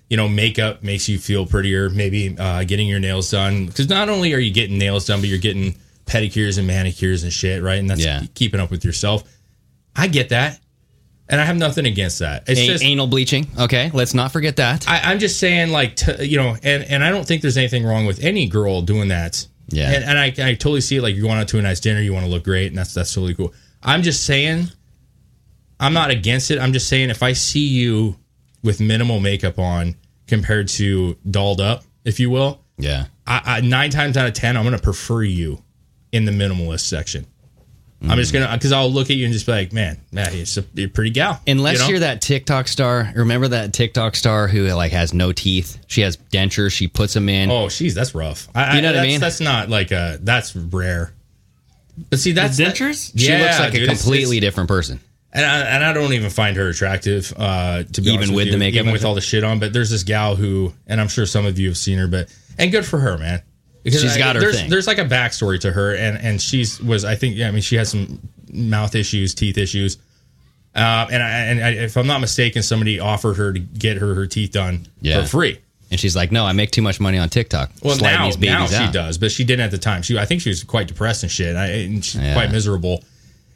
F: you know, makeup makes you feel prettier. Maybe uh, getting your nails done because not only are you getting nails done, but you're getting pedicures and manicures and shit, right? And that's
G: Yeah.
F: keeping up with yourself. I get that, and I have nothing against that. It's
G: A-
F: just
G: anal bleaching. Okay, let's not forget that.
F: I, I'm just saying, like, t- you know, and, and I don't think there's anything wrong with any girl doing that.
G: Yeah.
F: And, and I, I totally see it. Like, you're going out to a nice dinner, you want to look great, and that's that's totally cool. I'm just saying, I'm not against it. I'm just saying, if I see you with minimal makeup on compared to dolled up, if you will,
G: yeah.
F: I, I, nine times out of ten, I'm going to prefer you in the minimalist section. I'm just gonna, cause I'll look at you and just be like, man, Matt, you're, s- you're a pretty gal.
G: Unless
F: you know?
G: you are that TikTok star, remember that TikTok star who like has no teeth? She has dentures. She puts them in.
F: Oh, jeez, that's rough. I,
G: You know what I
F: that's,
G: mean?
F: That's not like a. That's rare. But see, that's
H: dentures?
F: That,
G: she
F: yeah,
G: looks like
F: dude,
G: a
F: it's-
G: completely
F: it's-
G: different person.
F: and I, and I don't even find her attractive. Uh, to be
G: Even
F: honest
G: with
F: you,
G: the makeup
F: even
G: and
F: with all the shit on. But there's this gal who, and I'm sure some of you have seen her, but and good for her, man. Because
G: She's got her
F: there's,
G: thing.
F: There's like a backstory to her, and and she's was I think yeah, I mean she has some mouth issues, teeth issues. Uh, and I, and I, if I'm not mistaken, somebody offered her to get her her teeth done
G: Yeah.
F: for free.
G: And she's like, "No, I make too much money on TikTok.
F: Well,
G: Sliding
F: now,
G: these babies
F: now
G: out."
F: she does, but she didn't at the time. She, I think she was quite depressed and shit, and, I, and she's
G: Yeah.
F: quite miserable.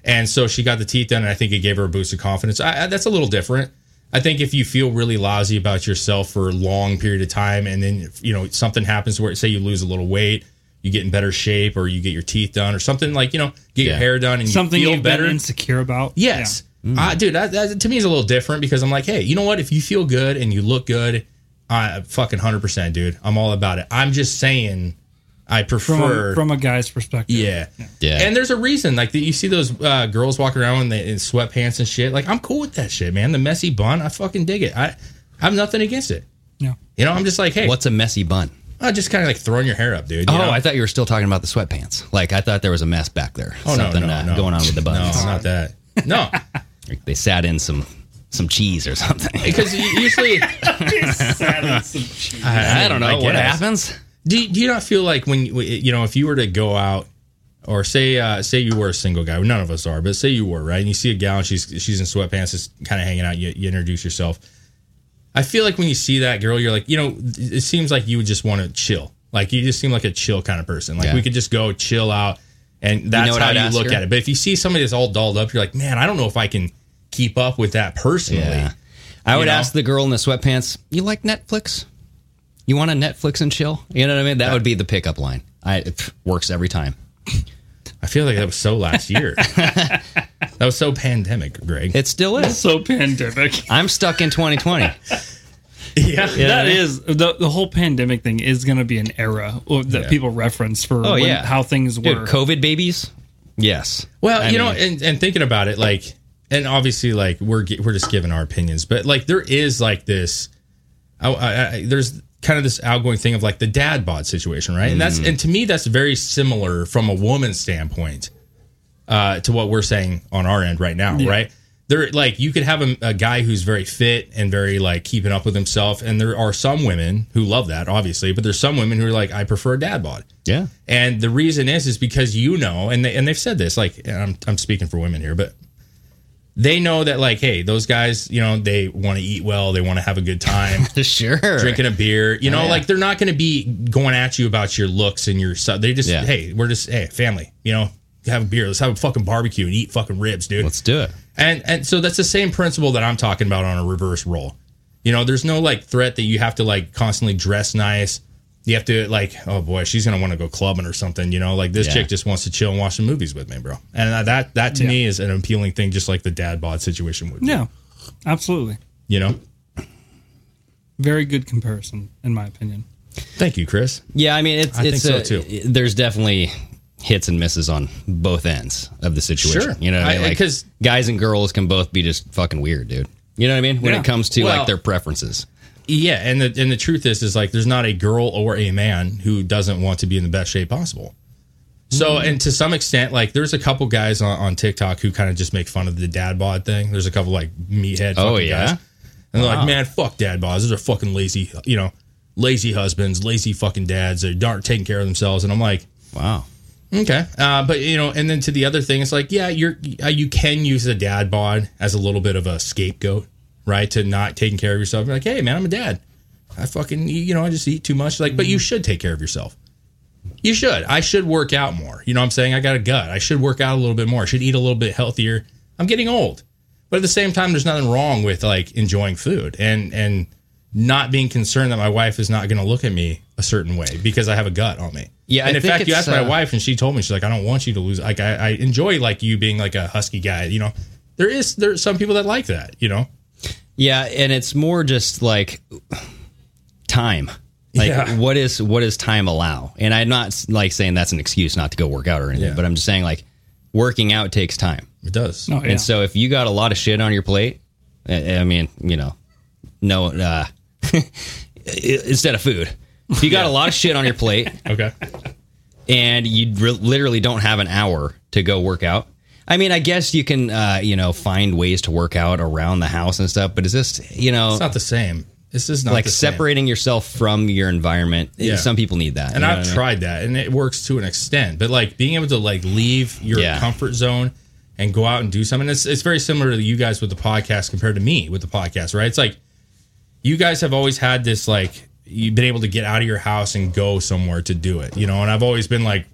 F: And so she got the teeth done, and I think it gave her a boost of confidence. I, I, that's a little different. I think if you feel really lousy about yourself for a long period of time, and then you know something happens where, say, you lose a little weight, you get in better shape, or you get your teeth done, or something like you know, get your
G: Yeah.
F: hair done, and
H: Something
F: you
H: you
F: feel
H: have
F: better.
H: been insecure about.
F: Yes. Uh, dude, that, that to me is a little different because I'm like, hey, you know what? If you feel good and you look good, I fucking 100%, dude. I'm all about it. I'm just saying I
H: Yeah. From,
F: prefer.
H: a, from a guy's perspective.
F: yeah.
G: Yeah.
F: And there's a reason. Like, that you see those uh, girls walking around in, the, in sweatpants and shit. Like, I'm cool with that shit, man. The messy bun, I fucking dig it. I, I have nothing against it.
H: Yeah.
F: You know, I'm just like, hey,
G: What's a messy bun?
F: uh, just kind of like throwing your hair up, dude. you
G: oh,
F: know?
G: I thought you were still talking about the sweatpants. Like I thought there was a mess back there.
F: Oh, no,
G: Something
F: no,
G: uh,
F: no.
G: going on with the
F: No,
G: buns.
F: it's not that. No,
G: Like, they sat in some some cheese or something.
F: because usually,
G: I, don't know what
F: guess.
G: happens.
F: Do, do you not feel like when you you know if you were to go out or say uh, say you were a single guy, none of us are, but say you were right, and you see a gal and she's she's in sweatpants, just kind of hanging out. You, you introduce yourself. I feel like when you see that girl, you're like, you know, it seems like you would just want to chill. Like you just seem like a chill kind of person. Like
G: Yeah.
F: we could just go chill out, and that's
G: what
F: how
G: I'd
F: you
G: ask
F: look
G: her?
F: at it. But if you see somebody that's all dolled up, you're like, man, I don't know if I can keep up with that personally.
G: Yeah. I would
F: know?
G: ask the girl in the sweatpants, "You like Netflix? You want to Netflix and chill?" You know what I mean? That would be the pickup line. I it pff, works every time.
F: I feel like that was so last year. that was so pandemic, Greg.
G: It still is.
H: So pandemic.
G: I'm stuck in 2020.
F: yeah.
H: That is the the whole pandemic thing is going to be an era or that people reference for
G: Oh,
H: when-
G: yeah.
H: how things
G: Dude,
H: were.
G: COVID babies? Yes.
F: Well,
G: I
F: you know,
G: mean-
F: and, and thinking about it, like, and obviously like we're gi- we're just giving our opinions, but like there is like this, I, I, I, there's kind of this outgoing thing of like the dad bod situation, right? And that's
G: Mm-hmm.
F: and to me that's very similar from a woman's standpoint uh, to what we're saying on our end right now,
I: Yeah.
F: right? There, like you could have a, a guy who's very fit and very like keeping up with himself, and there are some women who love that, obviously, but there's some women who are like, I prefer a dad bod.
G: Yeah.
F: And the reason is is because you know, and they and they've said this, like and I'm I'm speaking for women here, but they know that like, hey, those guys, you know, they want to eat well, they want to have a good time,
G: sure,
F: drinking a beer, you
G: Oh,
F: know,
G: yeah.
F: like they're not going to be going at you about your looks and your stuff. They just,
G: Yeah.
F: hey, we're just, hey, family, you know, have a beer, let's have a fucking barbecue and eat fucking ribs, dude.
G: Let's do it.
F: And and so that's the same principle that I'm talking about on a reverse roll. You know, there's no like threat that you have to like constantly dress nice. You have to like, oh boy, she's gonna want to go clubbing or something. You know, like this
G: Yeah.
F: chick just wants to chill and watch some movies with me, bro. And uh, that that to me is an appealing thing, just like the dad bod situation would. be,
H: Yeah, absolutely.
F: You know,
H: Very good comparison, in my opinion.
F: Thank you, Chris.
G: Yeah, I mean, it's
H: I
G: it's
H: think
G: a,
H: so,
G: too. There's definitely hits and misses on both ends of the situation.
F: Sure.
G: You know, what I
F: I-
G: mean? like
F: 'cause-
G: guys and girls can both be just fucking weird, dude. You know what I mean? When
F: Yeah.
G: it comes to
F: Well-
G: like their preferences.
F: yeah. And the and the truth is, is like there's not a girl or a man who doesn't want to be in the best shape possible. So,
G: Hmm.
F: and to some extent, like there's a couple guys on, on TikTok who kind of just make fun of the dad bod thing. There's a couple like meathead.
G: Oh,
F: fucking
G: yeah?
F: guys. and they're
G: Wow.
F: like, man, fuck dad bods. Those are fucking lazy, you know, lazy husbands, lazy fucking dads. They aren't taking care of themselves. And I'm like,
G: wow,
F: okay, uh, but you know, and then to the other thing, it's like, yeah, you're uh, you can use the dad bod as a little bit of a scapegoat, right, to not taking care of yourself. You're like, hey, man, I'm a dad. I fucking you know I just eat too much. Like,
G: Mm-hmm.
F: but you should take care of yourself. You should. I should work out more. You know what I'm saying? I got a gut. I should work out a little bit more. I should eat a little bit healthier. I'm getting old. But at the same time, there's nothing wrong with like enjoying food and and not being concerned that my wife is not going to look at me a certain way because I have a gut on me.
G: Yeah, I
F: and in
G: think
F: fact, you
G: it's,
F: asked my
G: uh,
F: wife, and she told me she's like, I don't want you to lose. Like, I, I enjoy like you being like a husky guy. You know, there is there are some people that like that. You know,
G: Yeah, and it's more just like time. Like
F: Yeah.
G: what is what does time allow? And I'm not like saying that's an excuse not to go work out or anything,
F: Yeah.
G: but I'm just saying like working out takes time.
F: It does.
H: Oh, yeah.
G: And so if you got a lot of shit on your plate, I, I mean, you know, no uh instead of food. If you got a lot of shit on your plate,
F: okay.
G: And you re- literally don't have an hour to go work out. I mean, I guess you can, uh, you know, find ways to work out around the house and stuff, but it's just, you know,
F: it's not the same. This is not
G: like
F: the same.
G: separating yourself from your environment.
F: Yeah.
G: Some people need that.
F: and
G: you know
F: I've
G: what I mean?
F: tried that, and it works to an extent. But like being able to like leave your
G: Yeah.
F: comfort zone and go out and do something. It's it's very similar to you guys with the podcast compared to me with the podcast, right? It's like you guys have always had this like you've been able to get out of your house and go somewhere to do it, you know. And I've always been like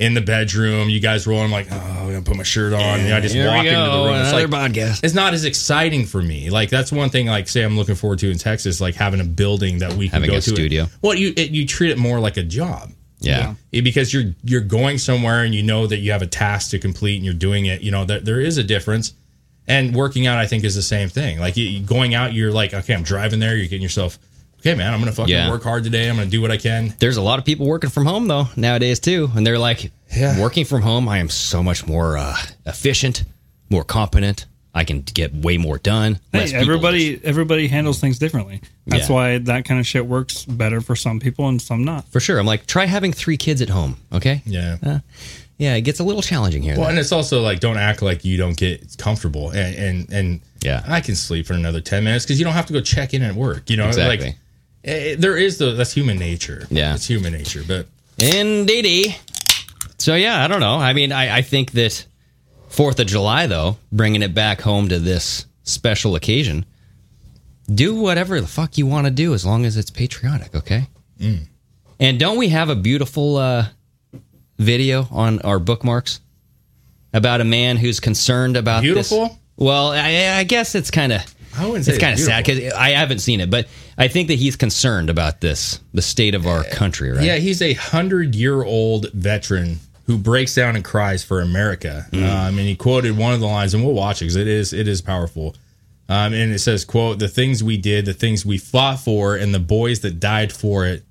F: in the bedroom, you guys rolling. I'm like, oh, I'm gonna put my shirt on. and I just
G: Here we
F: walk into
G: go,
F: the room.
G: another
F: it's like, podcast. It's not as exciting for me. Like that's one thing. Like say I'm looking forward to in Texas, like having a building that we can
G: Having
F: go
G: a
F: to.
G: studio.
F: Well, you it, you treat it more like a job.
G: Yeah.
F: Yeah, because you're you're going somewhere and you know that you have a task to complete and you're doing it. You know that there is a difference, and working out I think is the same thing. Like you, you- going out, you're like, okay, I'm driving there. You're getting yourself, okay, man, I'm gonna fucking
G: Yeah.
F: work hard today. I'm gonna do what I can.
G: There's a lot of people working from home though nowadays too, and they're like, working from home, I am so much more uh, efficient, more competent. I can get way more done.
H: Hey,
G: Less people
H: everybody, everybody handles things differently. That's
G: Yeah.
H: why that kind of shit works better for some people and some not.
G: For sure. I'm like, try having three kids at home. Okay.
F: Yeah.
G: Uh, yeah. It gets a little challenging here.
F: Well,
G: though.
F: and it's also like don't act like you don't get comfortable and and and yeah, I can sleep for another ten minutes because you don't have to go check in at work. You know,
G: Exactly.
F: like eh, there is the that's human nature.
G: Yeah.
F: it's human nature, but.
G: Indeedy. So yeah, I don't know. I mean, I, I think that Fourth of July though, bringing it back home to this special occasion, do whatever the fuck you want to do as long as it's patriotic, okay?
F: Mm.
G: And don't we have a beautiful uh, video on our bookmarks about a man who's concerned about this-
F: Beautiful?
G: Well, I, I guess it's kind of
F: I wouldn't
G: it's
F: say
G: kind of sad
F: beautiful.
G: because I haven't seen it, but I think that he's concerned about this, the state of our country, right?
F: Yeah, he's a hundred year old veteran who breaks down and cries for America.
G: Hmm.
F: Um, and he quoted one of the lines, and we'll watch it because it is it is powerful. Um, and it says, "quote The things we did, the things we fought for, and the boys that died for it,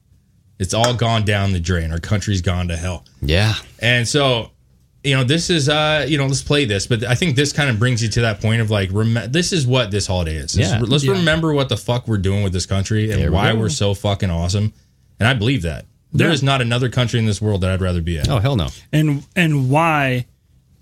F: it's all gone down the drain. Our country's gone to hell."
G: Yeah.
F: And so you know, this is uh, you know, let's play this. But I think this kind of brings you to that point of like, rem- this is what this holiday is. This-
G: Yeah.
F: Let's
G: Yeah.
F: remember what the fuck we're doing with this country and
G: There we
F: why
G: go.
F: we are so fucking awesome. And I believe that there is
H: Yeah.
F: not another country in this world that I'd rather be at.
G: Oh hell no!
H: and and why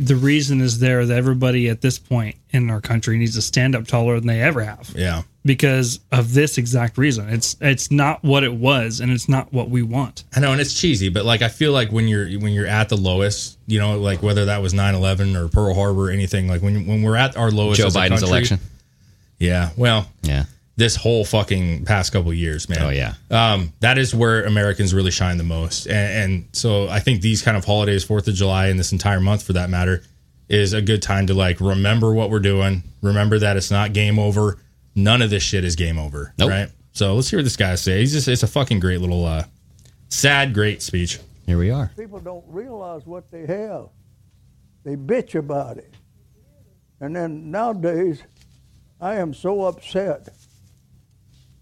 H: the reason is there that everybody at this point in our country needs to stand up taller than they ever have
F: Yeah.
H: because of this exact reason. It's it's not what it was, and it's not what we want.
F: I know, and it's cheesy, but like I feel like when you're when you're at the lowest, you know, like whether that was 9-11 or Pearl Harbor or anything, like when when we're at our lowest,
G: Joe
F: as a
G: Biden's
F: country-
G: election.
F: Yeah, well,
G: Yeah.
F: this whole fucking past couple years, man.
G: Oh yeah.
F: um, that is where Americans really shine the most. And, and so I think these kind of holidays, Fourth of July, and this entire month for that matter, is a good time to like remember what we're doing. Remember that it's not game over. None of this shit is game over.
G: Nope.
F: Right. So let's hear what this guy say. He's just it's a fucking great little uh, sad great speech.
G: Here we are.
I: People don't realize what they have. They bitch about it. And then nowadays, I am so upset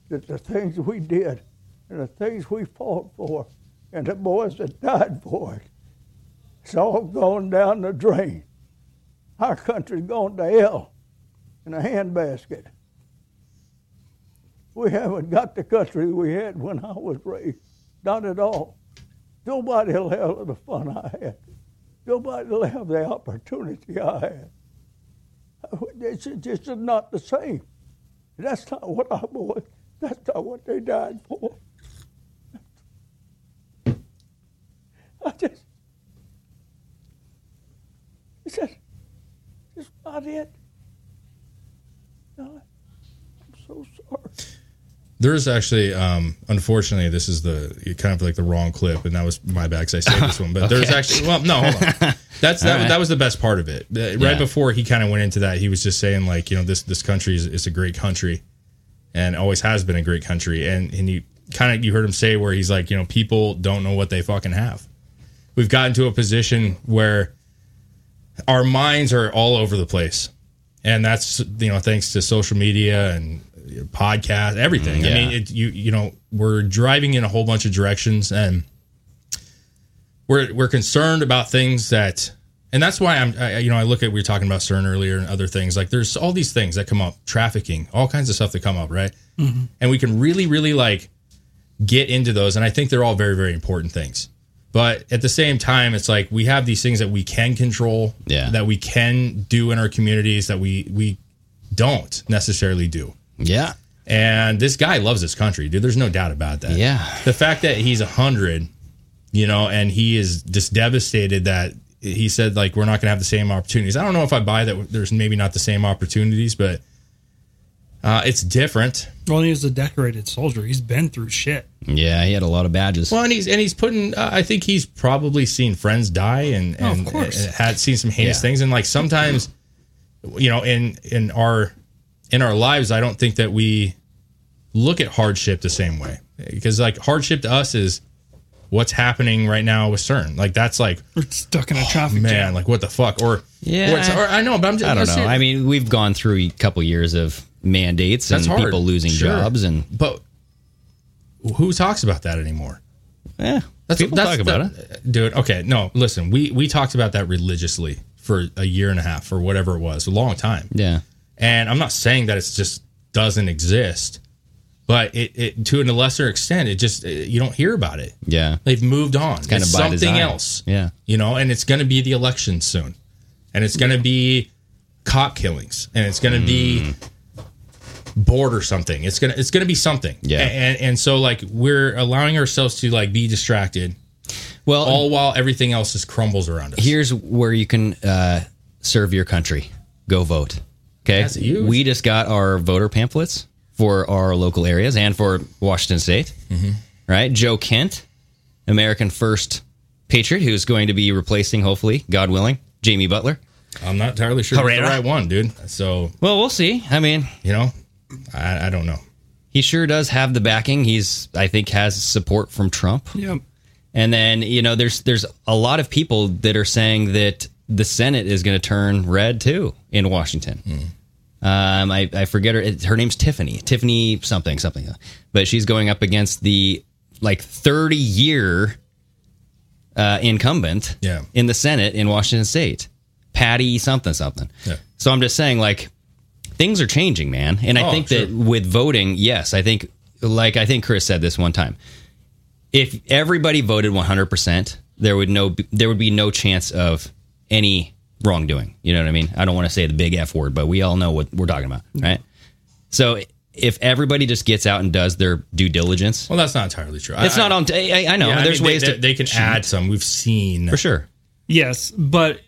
I: that the things we did and the things we fought for and the boys that died for it, it's all gone down the drain. Our country's gone to hell in a handbasket. We haven't got the country we had when I was raised. Not at all. Nobody will have the fun I had. Nobody will have the opportunity I had. It's just not the same. That's not what I was. That's not what they died for. I just, it's just, just not it. No, I'm so sorry.
F: There's actually, um, unfortunately, this is the kind of like the wrong clip, and that was my bad because I saved this one. But there's
G: Okay.
F: actually, well, no, hold on. That's
G: All
F: that,
G: right.
F: that was the best part of it. The-
G: Yeah.
F: Right before he kind of went into that, he was just saying like, you know, this this country is, is a great country, and always has been a great country. And and you kind of you heard him say where he's like, you know, people don't know what they fucking have. We've gotten to a position where our minds are all over the place and that's you know thanks to social media and podcast everything i
G: Yeah.
F: mean it, you you know we're driving in a whole bunch of directions and we're we're concerned about things that and that's why i'm I, you know i look at we were talking about cern earlier and other things like there's all these things that come up trafficking all kinds of stuff that come up right and we can really really like get into those and i think they're all very very important things but at the same time it's like we have these things that we can control
G: Yeah.
F: that we can do in our communities that we we don't necessarily do
G: Yeah.
F: and this guy loves his country dude there's no doubt about that
G: Yeah.
F: the fact that he's 100 you know and he is just devastated that he said like we're not going to have the same opportunities i don't know if i buy that there's maybe not the same opportunities but uh, it's different
H: Well, he was a decorated soldier. He's been through shit.
G: Yeah. He had a lot of badges.
F: Well, and he's and he's putting. Uh, I think he's probably seen friends die and
H: Oh, of
F: and,
H: course.
F: and had seen some heinous
G: Yeah.
F: things. And like sometimes, you know, in in our in our lives, I don't think that we look at hardship the same way because like hardship to us is what's happening right now with CERN. Like that's like
H: We're stuck in a traffic
G: Oh,
F: man,
H: jam.
F: like what the fuck or
G: Yeah.
F: or, it's- or I know, but I'm just
G: I don't
F: let's
G: know.
F: see.
G: I mean, we've gone through a couple years of mandates and
F: That's hard.
G: people losing
F: Sure.
G: jobs and
F: but who talks about that anymore?
G: yeah,
F: That's,
G: people
F: that's
G: talk about
F: the- dude. Okay, no, listen, we we talked about that religiously for a year and a half or whatever it was, a long time.
G: it. Yeah.
F: And I'm not saying that it's just doesn't exist, but it, it to a lesser extent, it just it, you don't hear about it.
G: Yeah.
F: They've moved on.
G: kinda
F: It's
G: by
F: something
G: design.
F: else.
G: Yeah.
F: you know, and it's going to be the election soon, and it's going to be cop killings, and it's going to be bored or something. It's gonna it's gonna be something.
G: Yeah.
F: A- and and so like we're allowing ourselves to like be distracted
G: Well,
F: all while everything else just crumbles around us.
G: here's where you can uh, serve your country. Go vote. Okay.
F: That's huge.
G: We just got our voter pamphlets for our local areas and for Washington State.
F: Mm-hmm.
G: Right. Joe Kent, American First Patriot, who's going to be replacing, hopefully, God willing, Jamie Butler.
F: I'm not entirely sure if it's the
G: Herrera?
F: right one, dude. So
G: Well, we'll see. I mean,
F: you know, I, I don't know.
G: he sure does have the backing. He's, I think, has support from Trump.
H: Yep.
G: And then you know, there's there's a lot of people that are saying that the Senate is going to turn red too in Washington.
F: Hmm.
G: Um, I, I forget her. Her name's Tiffany. Tiffany something something, but she's going up against the like 30 year uh, incumbent
F: Yeah.
G: in the Senate in Washington State, Patty something something.
F: Yeah.
G: So I'm just saying, like, things are changing, man. And I
F: Oh,
G: think that
F: sure.
G: with voting, yes, I think, like, I think Chris said this one time. If everybody voted 100%, there would no, there would be no chance of any wrongdoing. You know what I mean? I don't want to say the big F word, but we all know what we're talking about,
F: Mm.
G: right? So if everybody just gets out and does their due diligence,
F: Well, that's not entirely true.
G: It's not on- I- I- I know. There's
F: they-
G: ways
F: they,
G: to-
F: they can add some. We've seen
G: for sure.
H: Yes, but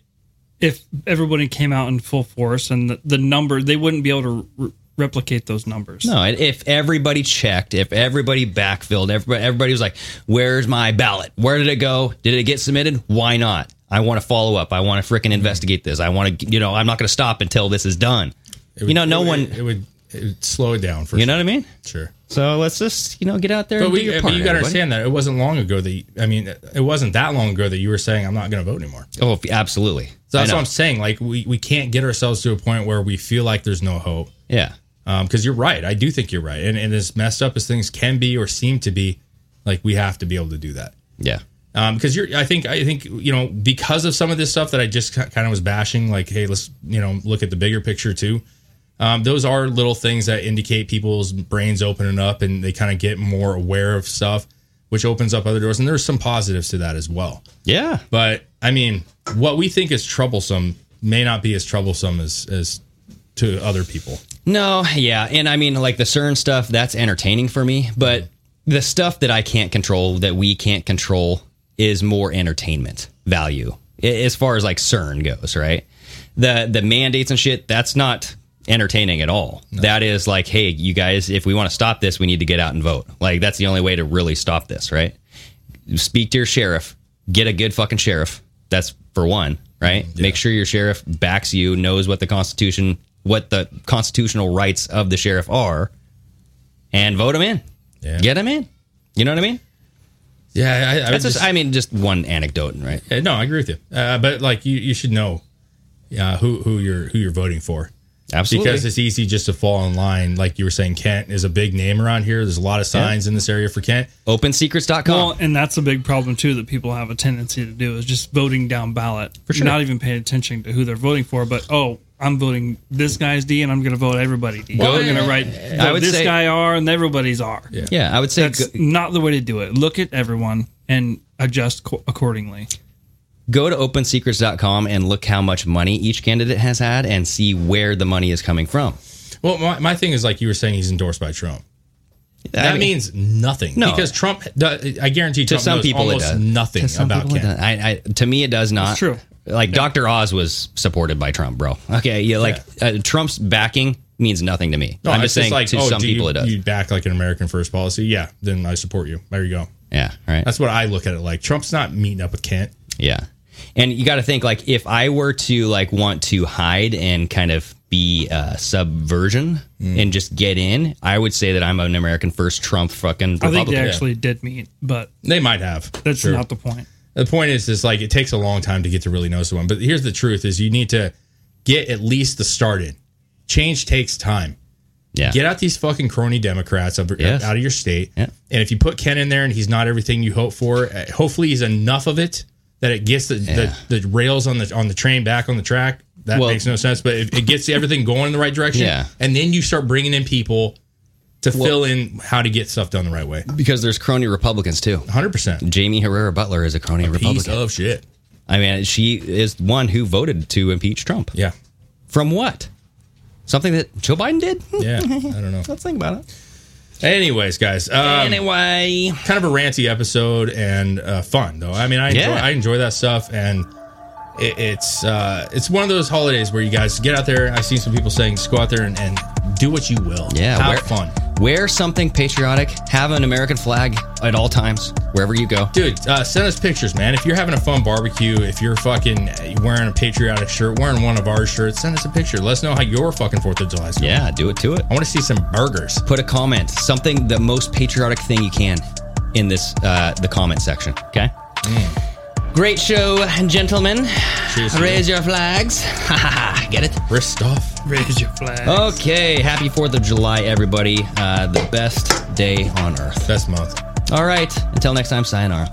H: if everybody came out in full force and the, the number, they wouldn't be able to re- replicate those numbers.
G: No, and if everybody checked, if everybody backfilled, everybody, everybody was like, "Where's my ballot? Where did it go? Did it get submitted? Why not? I want to follow up. I want to frickin' investigate this. I want to, you know, I'm not going to stop until this is done.
F: It would-
G: you know, no
F: it would-
G: one.
F: It would, it would slow it down for
G: you know what I mean?
F: Sure.
G: So let's just, you know, get out there.
F: But
G: and
F: we,
G: do your
F: but
G: part,
F: you got to
G: everybody.
F: understand that it wasn't long ago that you, I mean, it wasn't that long ago that you were saying I'm not going to vote anymore.
G: Oh, f- absolutely.
F: So
G: I
F: that's
G: know.
F: what I'm saying. Like we we can't get ourselves to a point where we feel like there's no hope.
G: Yeah.
F: Because you're right. I do think you're right. And and as messed up as things can be or seem to be, like we have to be able to do that.
G: Yeah.
F: Um, because you're, I think, I think, you know, because of some of this stuff that I just kind of was bashing, like, hey, let's, you know, look at the bigger picture too. Um, those are little things that indicate people's brains opening up and they kind of get more aware of stuff, which opens up other doors. And there's some positives to that as well.
G: Yeah.
F: But I mean, what we think is troublesome may not be as troublesome as, as to other people.
G: No, yeah, and I mean like the CERN stuff that's entertaining for me, but the stuff that I can't control that we can't control is more entertainment value a- as far as like CERN goes, right? The the mandates and shit that's not entertaining at all. That is like, hey, you guys, if we want to stop this, we need to get out and vote. Like that's the only way to really stop this, right? Speak to your sheriff, get a good fucking sheriff. That's for one, right? Make sure your sheriff backs you, knows what the constitution what the constitutional rights of the sheriff are and vote him in. Get him in. You know what I mean?
F: Yeah. I, I
G: That's just, I mean just one anecdote, right?
F: Yeah, no, I agree with you. Uh, but like, you, you should know uh, who who you're who you're voting for.
G: Absolutely.
F: because it's easy just to fall in line. Like you were saying, Kent is a big name around here. There's a lot of signs in this area for Kent.
G: OpenSecrets.com.
H: Well, and that's a big problem too that people have a tendency to do is just voting down ballot. For
G: sure.
H: Not even paying attention to who they're voting for, but oh, I'm voting this guy's D and I'm going to vote everybody D.
G: Well,
H: I'm going
G: I-
H: to write
G: I
H: vote
G: would
H: this
G: say-
H: guy R and everybody's R. Yeah.
G: Yeah, I would say
H: That's not the way to do it. Look at everyone and adjust co- accordingly.
G: go to opensecrets.com and look how much money each candidate has had and see where the money is coming from.
F: Well, my, my thing is like you were saying, he's endorsed by Trump. That
G: mean-
F: means nothing.
G: No.
F: because Trump. do- I guarantee
G: to
F: Trump
G: some
F: knows
G: people it
F: almost
G: does
F: nothing
G: To some
F: about
G: people it
F: Kent.
G: does. I, I, to me, it does not.
H: true.
G: Like Dr. Oz was supported by Trump, bro. Okay, yeah. Like Uh, Trump's backing means nothing to me.
F: No,
G: I'm
F: it's
G: just saying to
F: oh,
G: some
F: do you-
G: people it does.
F: You back like an American first policy, yeah. Then I support you. There you go.
G: yeah. All right.
F: That's what I look at it like. Trump's not meeting up with Kent.
G: Yeah. And you got to think like if I were to like want to hide and kind of be uh, subversion
F: Mm.
G: and just get in, I would say that I'm an American first Trump fucking
H: I think
G: Republican.
H: they actually did meet, but
F: They might have.
H: that's
F: Sure.
H: not the point.
F: The point is, is like it takes a long time to get to really know someone. But here's the truth: is you need to get at least the start in. Change takes time.
G: Yeah.
F: Get out these fucking crony Democrats of,
G: Yes.
F: out of your state.
G: Yeah.
F: And if you put Ken in there and he's not everything you hope for, uh, hopefully he's enough of it that it gets the, the, the rails on the on the train back on the track. That
G: Well-
F: makes no sense, but it, it gets everything going in the right direction.
G: Yeah.
F: And then you start bringing in people to fill in how to get stuff done the right way.
G: because there's crony Republicans too.
F: 100%.
G: Jamie Herrera Butler is a crony
F: Piece
G: Republican.
F: of shit.
G: I mean, she is one who voted to impeach Trump.
F: Yeah.
G: From what? Something that Joe Biden did? Hmm,
F: Yeah. I don't know.
G: Let's think about it.
F: Anyways, guys. Um,
G: anyway,
F: kind of a ranty episode and uh, fun though. I mean, I enjoy,
G: Yeah.
F: I enjoy that stuff, and it, it's uh, it's one of those holidays where you guys get out there. I've seen some people saying, just go out there and, and do what you will.
G: yeah,
F: have
G: wear,
F: fun,
G: Wear something patriotic. Have an American flag at all times, wherever you go.
F: dude. Uh, send us pictures, man. If you're having a fun barbecue, if you're fucking wearing a patriotic shirt, wearing one of our shirts, send us a picture. Let us know how your fucking Fourth of July's going.
G: Yeah, do it to it.
F: I want to see some burgers.
G: Put a comment, something the most patriotic thing you can in this uh, the comment section. Okay.
F: Mm.
G: Great show, gentlemen.
F: Cheers to
G: Raise your flags. Get it?
F: Wrist off.
H: Raise your flag.
G: Okay. Happy Fourth of July, everybody. Uh, the best day on earth.
F: Best month.
G: All right. Until next time, sayonara.